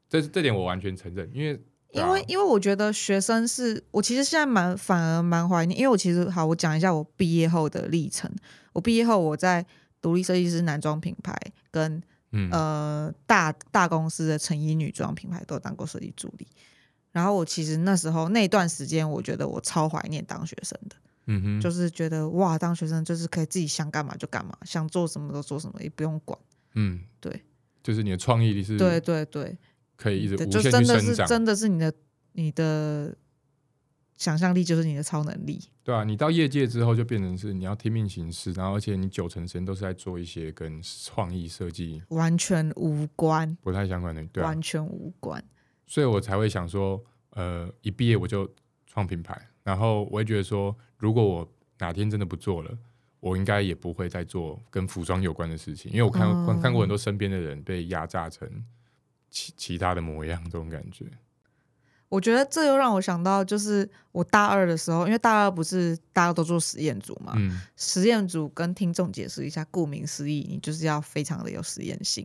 S1: 这这点我完全承认，因为啊
S2: 因为因为我觉得学生是我其实现在蛮反而蛮怀念，因为我其实好，我讲一下我毕业后的历程。我毕业后我在独立设计师男装品牌跟
S1: 嗯、
S2: 呃大大公司的成衣女装品牌都当过设计助理。然后我其实那时候那一段时间，我觉得我超怀念当学生的，
S1: 嗯哼，
S2: 就是觉得哇，当学生就是可以自己想干嘛就干嘛，想做什么都做什么，也不用管。
S1: 嗯
S2: 对，
S1: 就是你的创意力是
S2: 对对对，
S1: 可以一直
S2: 对
S1: 无
S2: 就
S1: 限
S2: 真
S1: 去
S2: 的
S1: 生
S2: 是
S1: 长，
S2: 真的是你的你的想象力就是你的超能力。
S1: 对啊，你到业界之后就变成是你要听命行事，然后而且你九成时间都是在做一些跟创意设计
S2: 完全无关，
S1: 不太相关的，对啊，
S2: 完全无关。
S1: 所以我才会想说，呃，一毕业我就创品牌，然后我会觉得说，如果我哪天真的不做了，我应该也不会再做跟服装有关的事情，因为我看、
S2: 哦
S1: 看看过很多身边的人被压榨成其其他的模样，这种感觉。
S2: 我觉得这又让我想到，就是我大二的时候，因为大二不是大家都做实验组嘛，
S1: 嗯，
S2: 实验组跟听众解释一下，顾名思义，你就是要非常的有实验性，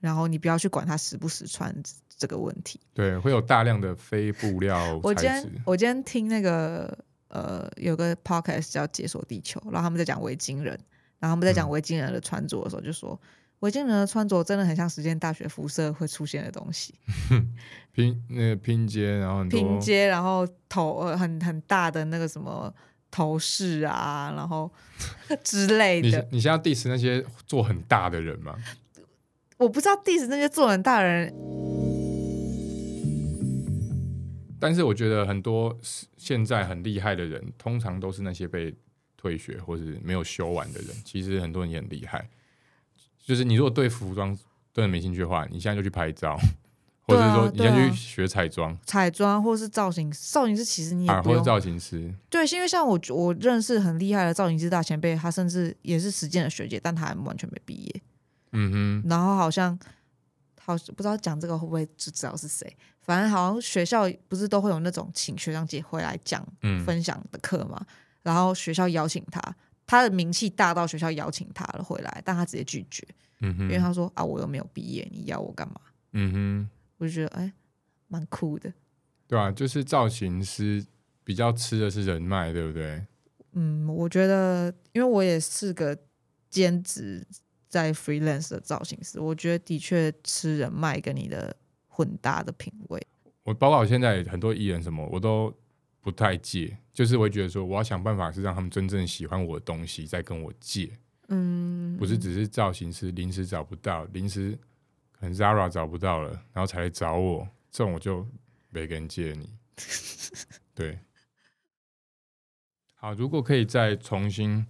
S2: 然后你不要去管它实不实穿这个问题。
S1: 对，会有大量的非布料
S2: 我今
S1: 材质
S2: 天。我今天听那个呃有个 podcast 叫《解锁地球》，然后他们在讲维京人，然后他们在讲
S1: 嗯
S2: 维京人的穿着的时候，就说维京人的穿着真的很像实践大学辐射会出现的东西，
S1: 拼那个拼接，然后很多
S2: 拼接，然后头呃很很大的那个什么头饰啊，然后之类
S1: 你
S2: 的。
S1: 你现在要 diss 那些做很大的人嘛？
S2: 我不知道 diss 那些做人大人，
S1: 但是我觉得很多现在很厉害的人，通常都是那些被退学或是没有修完的人。其实很多人也很厉害，就是你如果对服装真的没兴趣的话，你现在就去拍照，或
S2: 对
S1: 者
S2: 啊
S1: 是说你现
S2: 对
S1: 在
S2: 啊
S1: 去学彩妆
S2: 彩妆或是造型，造型师其实你也
S1: 啊，
S2: 不
S1: 或者
S2: 用。
S1: 造型师，
S2: 对，是因为像我我认识很厉害的造型师大前辈，他甚至也是实践的学姐，但他还完全没毕业。
S1: 嗯哼，
S2: 然后好像好不知道讲这个会不会就知道是谁，反正好像学校不是都会有那种请学长姐回来讲
S1: 嗯，
S2: 分享的课嘛，然后学校邀请他，他的名气大到学校邀请他了回来，但他直接拒绝，
S1: 嗯
S2: 因为
S1: 哼，
S2: 他说啊我又没有毕业，你要我干嘛？
S1: 嗯哼，
S2: 我就觉得哎蛮酷的，
S1: 对啊，就是造型师比较吃的是人脉，对不对？
S2: 嗯，我觉得因为我也是个兼职在 freelance 的造型师，我觉得的确吃人脉跟你的混搭的品味。
S1: 我包括我现在很多艺人什么，我都不太借，就是我会觉得说，我要想办法是让他们真正喜欢我的东西，再跟我借，
S2: 嗯，
S1: 不是只是造型师临时找不到，临时可能 Zara 找不到了，然后才来找我，这种我就没跟人借你。对，好，如果可以再重新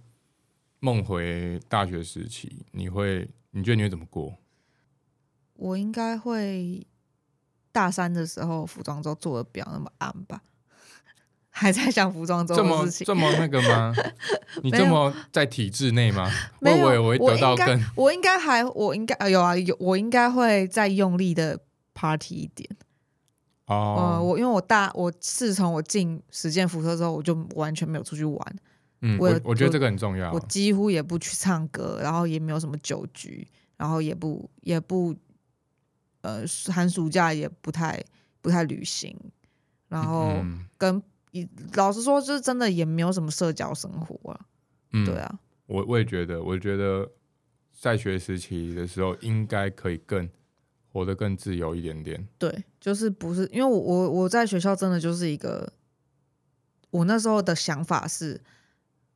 S1: 梦回大学时期，你会你觉得你会怎么过？
S2: 我应该会大三的时候服装周做的比较那么暗吧，还在想服装周
S1: 这
S2: 的
S1: 么
S2: 事情。
S1: 这么那个 吗？你
S2: 没有
S1: 这么在体制内吗？我
S2: 没
S1: 以
S2: 有，
S1: 为我会得到
S2: 应该
S1: 更
S2: 我应该还我应该、呃有啊有，我应该会再用力的 party 一点。呃，
S1: 哦，
S2: 我因为我大我自从我进实践辐射之后，我就完全没有出去玩，
S1: 嗯，
S2: 我
S1: 我
S2: 有
S1: 我觉得
S2: 我
S1: 这个很重要
S2: 我。几乎也不去唱歌，然后也没有什么酒局，然后也不也不呃寒暑假也不太不太旅行，然后。
S1: 嗯
S2: 跟一老实说，就是真的也没有什么社交生活啊。
S1: 嗯，
S2: 对啊，
S1: 我我也觉得，我觉得在学时期的时候，应该可以更活得更自由一点点。
S2: 对，就是不是因为我我我在学校真的就是一个，我那时候的想法是，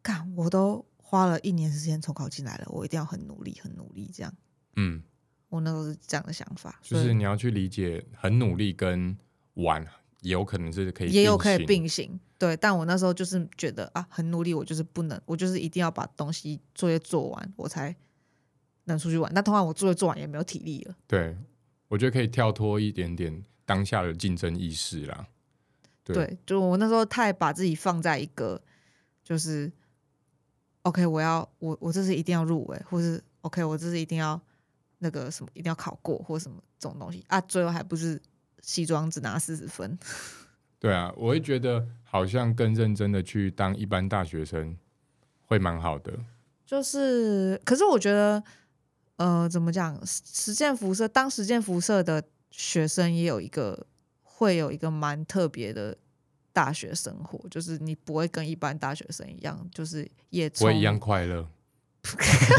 S2: 看我都花了一年时间重考进来了，我一定要很努力，很努力这样。
S1: 嗯，
S2: 我那时候是这样的想法，
S1: 就
S2: 所以
S1: 是你要去理解，很努力跟玩也有可能是可以
S2: 也有可以
S1: 行
S2: 并行。对，但我那时候就是觉得啊，很努力，我就是不能，我就是一定要把东西作业做完，我才能出去玩。但通常我作业做完也没有体力了。
S1: 对，我觉得可以跳脱一点点当下的竞争意识啦。对
S2: 对，就我那时候太把自己放在一个就是 OK，我要我我这次一定要入围，或是 OK，我这次一定要那个什么，一定要考过或什么这种东西啊，最后还不是西装只拿四十分。
S1: 对啊，我会觉得好像更认真的去当一般大学生会蛮好的。
S2: 就是，可是我觉得，呃，怎么讲，实实践辐射当实践辐射的学生也有一个会有一个蛮特别的。大学生活就是你不会跟一般大学生一样，就是也
S1: 不会一
S2: 从
S1: 样快乐，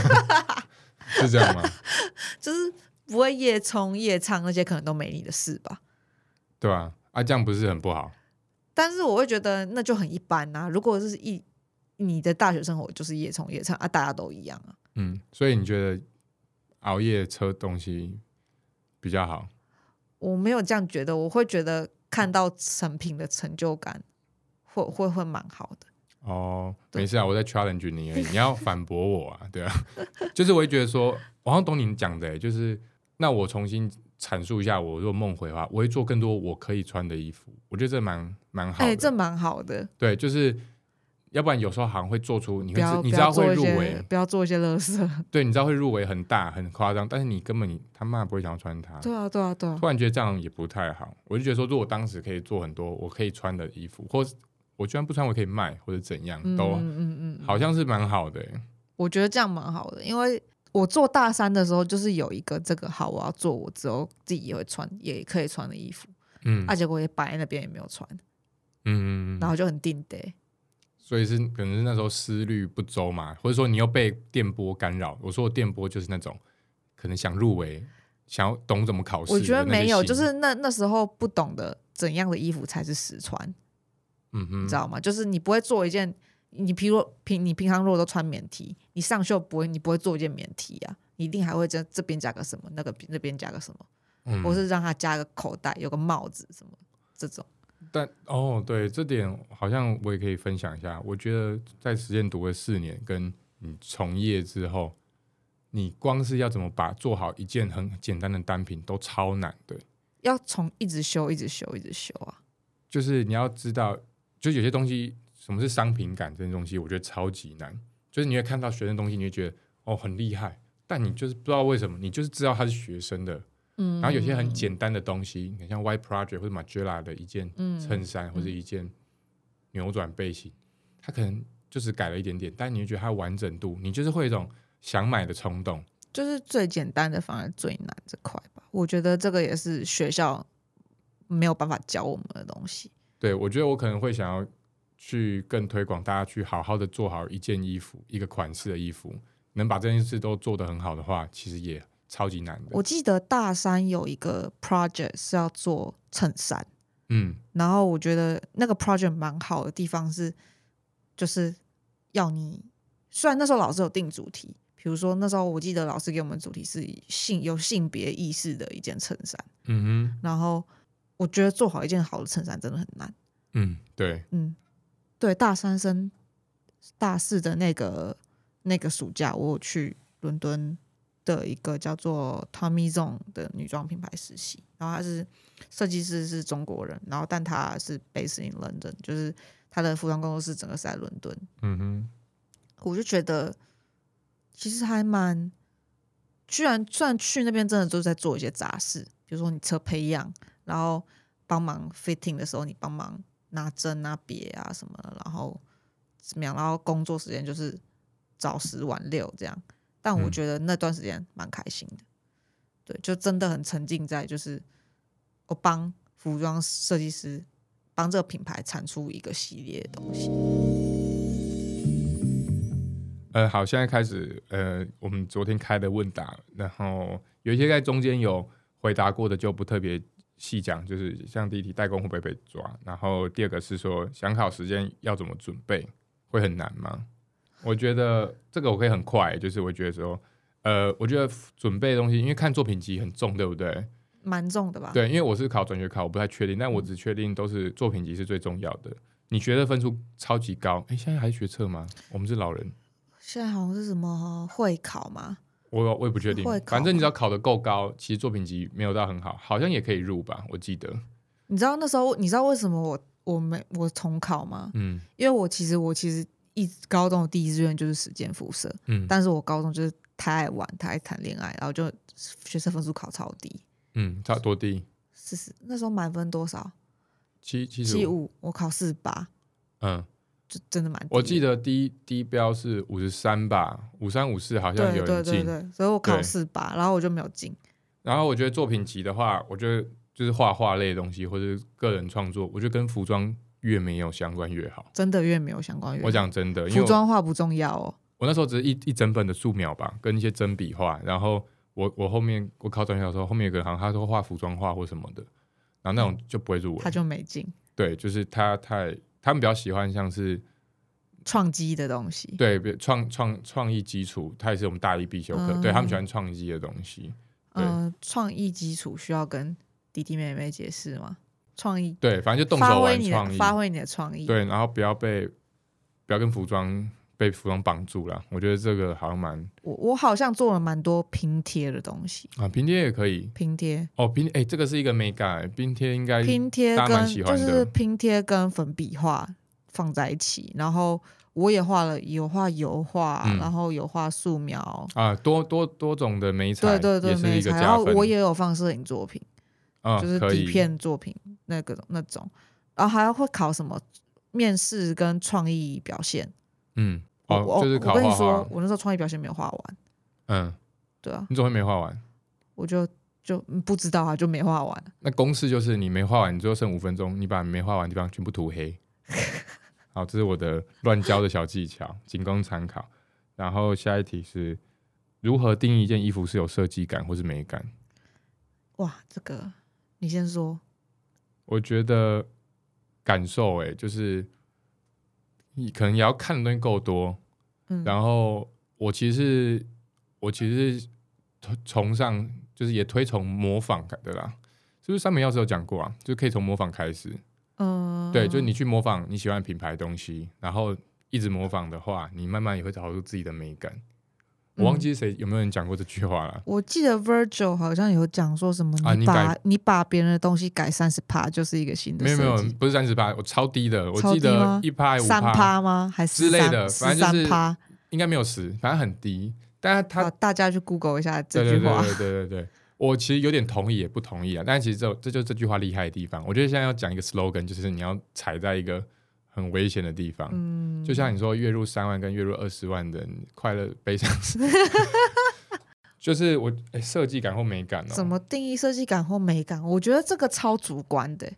S1: 是这样吗？
S2: 就是不会夜冲夜唱那些，可能都没你的事吧。
S1: 对啊，啊，这样不是很不好？
S2: 但是我会觉得那就很一般啊。如果是一你的大学生活就是夜冲夜唱啊，大家都一样啊。
S1: 嗯，所以你觉得熬夜车东西比较好？
S2: 我没有这样觉得，我会觉得看到成品的成就感会会会蛮好的。
S1: 哦，
S2: 对
S1: 没事啊，我在 challenge 你而已，你要反驳我啊，对啊， 就是我会觉得说，我好像懂你讲的、欸，就是那我重新阐述一下，我如果梦回的话，我会做更多我可以穿的衣服，我觉得这蛮蛮好
S2: 哎、
S1: 的，
S2: 这蛮好的。
S1: 对，就是要不然有时候好像会做出你
S2: 不
S1: 会知
S2: 要
S1: 你
S2: 不
S1: 知
S2: 要
S1: 道
S2: 做
S1: 会
S2: 一
S1: 入
S2: 些
S1: 围，啊
S2: 不要做一些垃圾。
S1: 对，你知道会入围很大很夸张，但是你根本你他妈不会想要穿它。
S2: 对啊，对啊，对啊
S1: 突，然觉得这样也不太好，我就觉得说，如果当时可以做很多我可以穿的衣服，或是我居然不穿我也可以卖，或者怎样，
S2: 嗯
S1: 都、
S2: 嗯嗯嗯，
S1: 好像是蛮好的、欸。
S2: 我觉得这样蛮好的，因为我做大三的时候就是有一个这个好，我要做我之后自己也会穿，也可以穿的衣服，
S1: 嗯
S2: 啊，结果也摆在那边也没有穿，
S1: 嗯，
S2: 然后就很定得。
S1: 所以是可能是那时候思虑不周嘛，或者说你又被电波干扰。我说的电波就是那种可能想入围，想要懂怎么考试
S2: 我
S1: 的那些
S2: 觉
S1: 心，
S2: 得没有，就是那那时候不懂得怎样的衣服才是实穿，
S1: 嗯哼，
S2: 你知道吗？就是你不会做一件，你平若平你平常如果都穿棉 T，你上袖不会，你不会做一件棉 T 啊，你一定还会这这边加个什么，那个那边加个什么，
S1: 嗯
S2: 或是让它加个口袋，有个帽子什么这种。
S1: 但哦，对，这点好像我也可以分享一下。我觉得在实践读了四年，跟你从业之后，你光是要怎么把做好一件很简单的单品都超难的，
S2: 要从一直修，一直修，一直修啊！
S1: 就是你要知道，就有些东西，什么是商品感这些东西，我觉得超级难。就是你会看到学生东西，你会觉得哦很厉害，但你就是不知道为什么，你就是知道他是学生的。
S2: 嗯
S1: 然后有些很简单的东西，很像 White Project 或者 Magella 的一件
S2: 嗯
S1: 衬衫或者一件扭转背心，它可能就是改了一点点，但你就觉得它完整度，你就是会有一种想买的冲动。
S2: 就是最简单的反而最难这块吧。我觉得这个也是学校没有办法教我们的东西。
S1: 对我觉得我可能会想要去更推广大家去好好的做好一件衣服，一个款式的衣服，能把这件事都做得很好的话，其实也超级难的
S2: 我。记得大三有一个 project 是要做衬衫，
S1: 嗯
S2: 然后我觉得那个 project 蛮好的地方是，就是要你虽然那时候老师有定主题，比如说那时候我记得老师给我们主题是以性有性别意识的一件衬衫，
S1: 嗯哼
S2: 然后我觉得做好一件好的衬衫真的很难。
S1: 嗯，对，
S2: 嗯，对，大三升大四的那个那个暑假，我有去伦敦的一个叫做 Tommy Zone 的女装品牌实习，然后她是设计师是中国人，然后但她是 based in London，就是她的服装工作室整个是在伦敦，
S1: 嗯哼
S2: 我就觉得其实还蛮，居然虽然去那边真的就是在做一些杂事，比如说你车培养，然后帮忙 fitting 的时候你帮忙拿针啊、别啊什么的，然后怎么样，然后工作时间就是早十晚六这样。但我
S1: 嗯
S2: 觉得那段时间蛮开心的，对，就真的很沉浸在就是我帮服装设计师帮这个品牌产出一个系列的东西。
S1: 呃，好，现在开始，呃，我们昨天开的问答，然后有一些在中间有回答过的就不特别细讲，就是像第一题代工会不会被抓，然后第二个是说想考时间要怎么准备，会很难吗？我觉得这个我可以很快，就是我觉得说，呃，我觉得准备的东西，因为看作品集很重，对不对？
S2: 蛮重的吧？
S1: 对，因为我是考转学考，我不太确定，但我只确定都是作品集是最重要的。你学的分数超级高，哎，现在还学测吗？我们是老人。
S2: 现在好像是什么会考嘛？
S1: 我我也不确定
S2: 会，考
S1: 反正你
S2: 吗
S1: 只要考得够高，其实作品集没有到很好，好像也可以入吧，我记得。
S2: 你知道那时候，你知道为什么我我没我重考吗？
S1: 嗯
S2: 因为我其实我其实一直高中的第一志愿就是实践辐射，
S1: 嗯
S2: 但是我高中就是太爱玩，太爱谈恋爱，然后就学测分数考超低，
S1: 嗯，差多低，
S2: 四十那时候满分多少？
S1: 七七
S2: 七
S1: 十五。
S2: 五，我考四十八，
S1: 嗯，
S2: 就真的蛮低的。
S1: 我记得第一第一标是五十三吧，五三五四好像
S2: 对
S1: 有
S2: 对
S1: 人
S2: 对
S1: 进。
S2: 对，所以我考
S1: 对
S2: 四十八，然后我就没有进。
S1: 然后我觉得作品集的话，我觉得就是画画类的东西或者是个人创作，我觉得跟服装越没有相关越好。
S2: 真的越没有相关越
S1: 我讲真的，因为
S2: 服
S1: 我
S2: 装画不重要哦，
S1: 我那时候只是一一整本的素描吧，跟一些真笔画。然后我我后面我考转学的时候，后面有个行，他说画服装画或什么的，然后那种就不会入围
S2: 他。就没进
S1: 对，就是他太他们比较喜欢像是
S2: 创基的东西。
S1: 对比如创创创意基础，它也是我们大一必修课，
S2: 嗯
S1: 对他们喜欢创意的东西。对
S2: 呃，创意基础需要跟弟弟妹妹解释吗？创意，
S1: 对，反正就动
S2: 发
S1: 手
S2: 挥
S1: 玩
S2: 你
S1: 创
S2: 的
S1: 意，
S2: 发挥你的创意。，
S1: 对，然后不要被不要跟服装被服装绑住了。我觉得这个好像蛮
S2: 我我好像做了蛮多拼贴的东西，
S1: 啊，拼贴也可以
S2: 拼贴、
S1: 哦，拼哎、这个是一个美感、拼贴应该
S2: 拼贴
S1: 哎大家蛮
S2: 跟
S1: 喜
S2: 就
S1: 欢的
S2: 是拼贴跟粉笔画放在一起，然后我也画了有画油画，
S1: 嗯
S2: 然后有画素描，
S1: 啊，多多多种的美彩，
S2: 对对对，
S1: 也是
S2: 没
S1: 一个
S2: 才。
S1: 加
S2: 然后
S1: 分。
S2: 我也有放摄影作品，
S1: 啊，
S2: 就是
S1: 可
S2: 底
S1: 以，
S2: 片作品那个那种，然后还会考什么面试跟创意表现。
S1: 嗯，
S2: 我我
S1: 哦，就是
S2: 我
S1: 考
S2: 跟你
S1: 画
S2: 说
S1: 画，，
S2: 我那时候创意表现没有画完，
S1: 嗯，
S2: 对啊，
S1: 你怎么会没画完？
S2: 我就就嗯不知道啊，就没画完。
S1: 那公式就是你没画完，你最后剩五分钟，你把没画完的地方全部涂黑。好，这是我的乱教的小技巧，仅供参考。然后下一题是如何定义一件衣服是有设计感或是美感？
S2: 哇，这个你先说，
S1: 我觉得感受、欸，就是你可能也要看的东西够多，
S2: 嗯，
S1: 然后我其实我其实是崇崇尚就是也推崇模仿的啦，是不是三本药师有讲过啊？就是可以从模仿开始，
S2: 嗯，
S1: 对，就是你去模仿你喜欢的品牌的东西，然后一直模仿的话，你慢慢也会找出自己的美感。我
S2: 嗯
S1: 忘记谁有没有人讲过这句话了。
S2: 我记得 Virgil 好像有讲说什么，
S1: 啊
S2: 你
S1: 你
S2: 把
S1: 改
S2: 你把别人的东西改三十趴就是一个新的
S1: 没有没有
S2: 设计，
S1: 不是三十八，我超低的，我
S2: 超
S1: 记
S2: 低吗
S1: 得一趴五
S2: 三
S1: 趴，
S2: 趴吗？还是
S1: 之类的
S2: 十
S1: 反正就
S2: 三
S1: 是
S2: 趴？
S1: 应该没有十，反正很低。但是它
S2: 好，大家去 Google 一下哦这
S1: 对
S2: 句
S1: 对
S2: 话。
S1: 对对对对对，我其实有点同意也不同意啊，但其实这这就是这句话厉害的地方。我觉得现在要讲一个 slogan，就是你要踩在一个很危险的地方，
S2: 嗯，
S1: 就像你说月入三万跟月入二十万的快乐悲伤 是，就是我诶设计感或美感哦，
S2: 怎么定义设计感或美感？我觉得这个超主观的、欸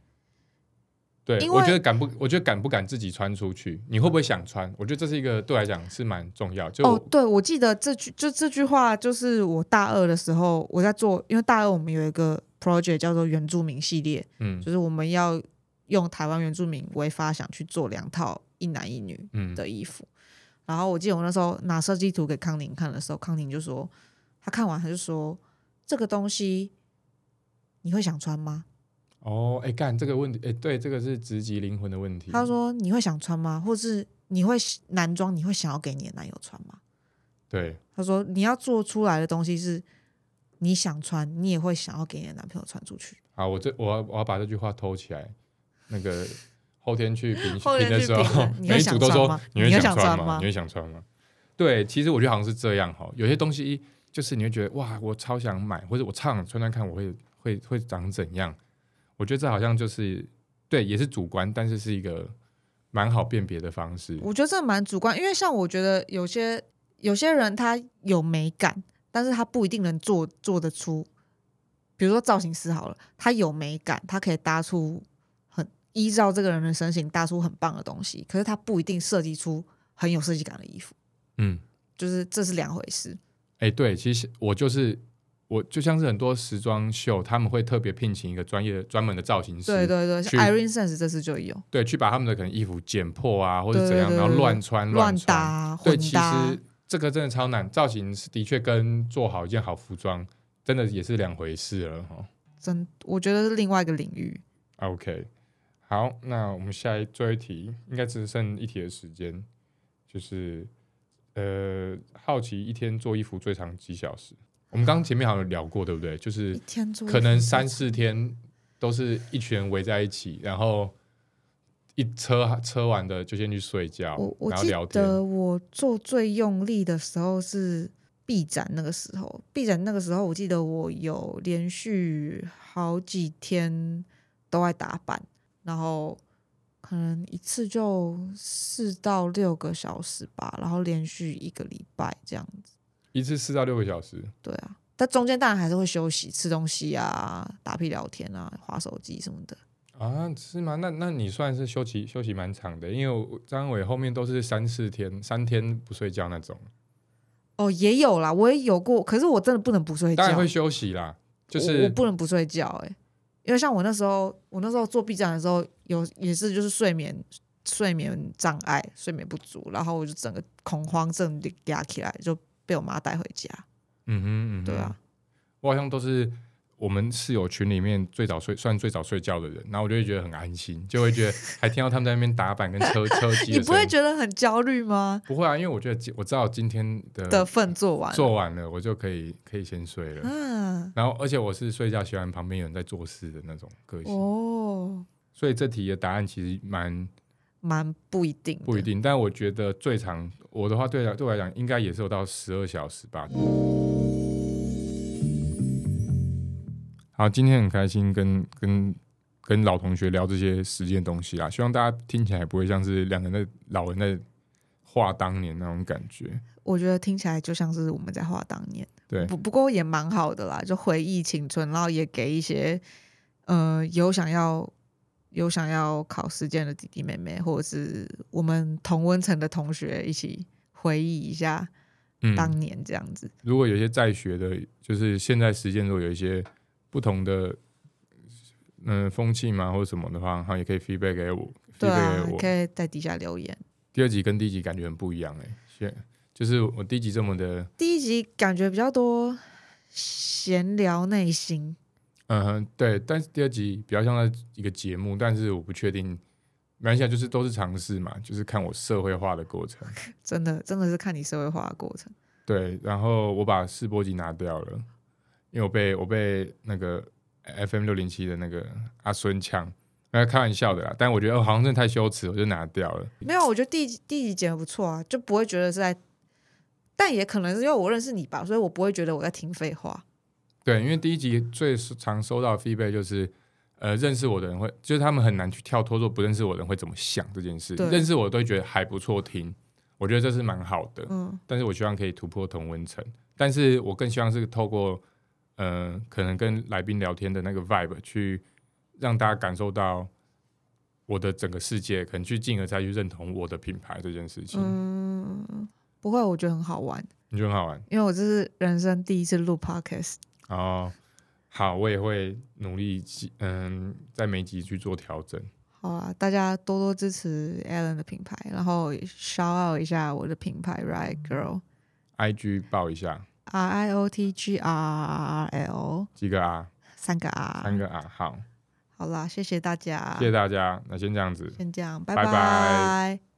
S1: 对
S2: 因为
S1: 我觉得敢不，我觉得敢不敢自己穿出去，你会不会想穿？我觉得这是一个对我来讲是蛮重要，就我、
S2: 哦，对，我记得这句就这句话，就是我大二的时候我在做，因为大二我们有一个 project 叫做原住民系列，
S1: 嗯
S2: 就是我们要用台湾原住民为发想去做两套一男一女
S1: 嗯
S2: 的衣服。然后我记得我那时候拿设计图给康宁看的时候，康宁就说，他看完他就说，这个东西你会想穿吗？
S1: 哦，哎干这个问题，哎对，这个是直击灵魂的问题。
S2: 他说你会想穿吗？或是你会男装你会想要给你的男友穿吗？
S1: 对，
S2: 他说你要做出来的东西是你想穿，你也会想要给你的男朋友穿出去。
S1: 好，我这我要我要把这句话偷起来。那 个后天去评
S2: 后天
S1: 评
S2: 去
S1: 的时
S2: 评
S1: 候
S2: 了，你会
S1: 每一组
S2: 想
S1: 都
S2: 穿
S1: 说
S2: 吗
S1: 你
S2: 你
S1: 会
S2: 会
S1: 想
S2: 想穿
S1: 穿
S2: 吗
S1: 吗？你会想穿吗？对，其实我觉得好像是这样哈。有些东西就是你会觉得哇，我超想买，或者我超想穿穿看，我会会会长怎样？我觉得这好像就是对，也是主观，但是是一个蛮好辨别的方式。
S2: 我觉得这蛮主观，因为像我觉得有些有些人他有美感，但是他不一定能做做得出。比如说造型师好了，他有美感，他可以搭出很依照这个人的身形搭出很棒的东西，可是他不一定设计出很有设计感的衣服，
S1: 嗯，
S2: 就是这是两回事。
S1: 哎、对，其实我就是我，就像是很多时装秀，他们会特别聘请一个专业的专门的造型师，
S2: 对对对
S1: 去
S2: 像，Irene Sense 这次就有
S1: 对，去把他们的可能衣服剪破啊，或者
S2: 对
S1: 怎样，
S2: 对
S1: 然后
S2: 对
S1: 乱穿
S2: 乱
S1: 穿
S2: 搭啊、
S1: 对，
S2: 混
S1: 其
S2: 搭啊，
S1: 实这个真的超难，造型是的确跟做好一件好服装真的也是两回事了哈。
S2: 真我觉得是另外一个领域。
S1: OK，好，那我们下一最后一题，应该只剩一题的时间，就是呃，好奇一天做衣服最长几小时？我们刚刚前面好像有聊过，对不对？就是
S2: 一天做
S1: 可能三四天都是一群人围在一起，然后一车车完的就先去睡觉
S2: 我，我
S1: 然后
S2: 记
S1: 聊天。
S2: 得我做最用力的时候是 B 展那个时候，B 展那个时候我记得我有连续好几天都在打板，然后可能一次就四到六个小时吧，然后连续一个礼拜这样子。
S1: 一次四到六个小时，
S2: 对啊，但中间当然还是会休息、吃东西啊、打屁聊天啊、划手机什么的。
S1: 啊，是吗？那那你算是休息休息蛮长的，因为我张伟后面都是三四天，三天不睡觉那种，
S2: 哦，也有啦，我也有过，可是我真的不能不睡觉
S1: 当，然会休息啦。就
S2: 我我
S1: 是
S2: 不能不睡觉哎、因为像我那时候，我那时候做 B 站的时候，有也是就是睡眠睡眠障碍、睡眠不足，然后我就整个恐慌症就压起来，就被我妈带回家。
S1: 嗯哼嗯哼，
S2: 对啊，，
S1: 我好像都是我们室友群里面最早睡，算最早睡觉的人，然后我就会觉得很安心，就会觉得还听到他们在那边打板跟 车车机的声音，
S2: 你不会觉得很焦虑吗？
S1: 不会啊，因为我觉得今我知道今天的
S2: 的份做完了
S1: 嗯做完了，我就可以可以先睡了。
S2: 啊，
S1: 然后，而且我是睡觉喜欢旁边有人在做事的那种个性，
S2: 哦，
S1: 所以这题的答案其实蛮
S2: 蛮不一定的，
S1: 不一定，但我觉得最长我的话对来对我来讲，应该也是有到十二小时吧。好，今天很开心跟跟跟老同学聊这些实践东西啊，希望大家听起来不会像是两个人在老人在话当年那种感觉。
S2: 我觉得听起来就像是我们在话当年，
S1: 对
S2: 不不过也蛮好的啦，就回忆青春，然后也给一些呃有想要有想要考实践的弟弟妹妹，或者是我们同温层的同学一起回忆一下
S1: 嗯，
S2: 当年这样子。
S1: 如果有一些在学的，就是现在实践如果有一些不同的嗯、呃风气嘛，或者什么的话，哈，也可以 feedback 给我
S2: 对
S1: ，feedback
S2: 啊
S1: 给，我。
S2: 可以在底下留言。
S1: 第二集跟第一集感觉很不一样哎、现就是我第一集这么的，
S2: 第一集感觉比较多闲聊内心，
S1: 嗯哼，对，但是第二集比较像在一个节目，但是我不确定，没关系啊，就是都是尝试嘛，就是看我社会化的过程。
S2: 真的真的是看你社会化的过程。
S1: 对，然后我把试播集拿掉了，因为我被我被那个 FM 六零七的那个阿孙呛，那开玩笑的啦。但我觉得、哦、好像真的太羞耻，我就拿掉了。
S2: 没有，我觉得第一集第一集剪的不错啊，就不会觉得是在，但也可能是因为我认识你吧，所以我不会觉得我在听废话。
S1: 对，因为第一集最常收到的 feedback 就是，呃，认识我的人会，就是他们很难去跳脱说不认识我的人会怎么想这件事。
S2: 对
S1: 认识我都会觉得还不错听，我觉得这是蛮好的。
S2: 嗯，
S1: 但是我希望可以突破同温层，但是我更希望是透过呃，可能跟来宾聊天的那个 vibe 去让大家感受到我的整个世界，可能去进而再去认同我的品牌这件事情，
S2: 嗯，不会，我觉得很好玩，
S1: 你觉得很好玩
S2: 因为我这是人生第一次录 podcast。
S1: 哦。好，我也会努力记，嗯，在每集去做调整。
S2: 好啊，大家多多支持 Alan 的品牌，然后 shout out 一下我的品牌 Right Girl
S1: IG 报一下
S2: R I O T G R R L
S1: 几个 R，
S2: 三个 R。
S1: 三个 R。好，
S2: 好啦，谢谢大家，
S1: 谢谢大家，那先这样子，
S2: 先这样，
S1: 拜
S2: 拜
S1: 拜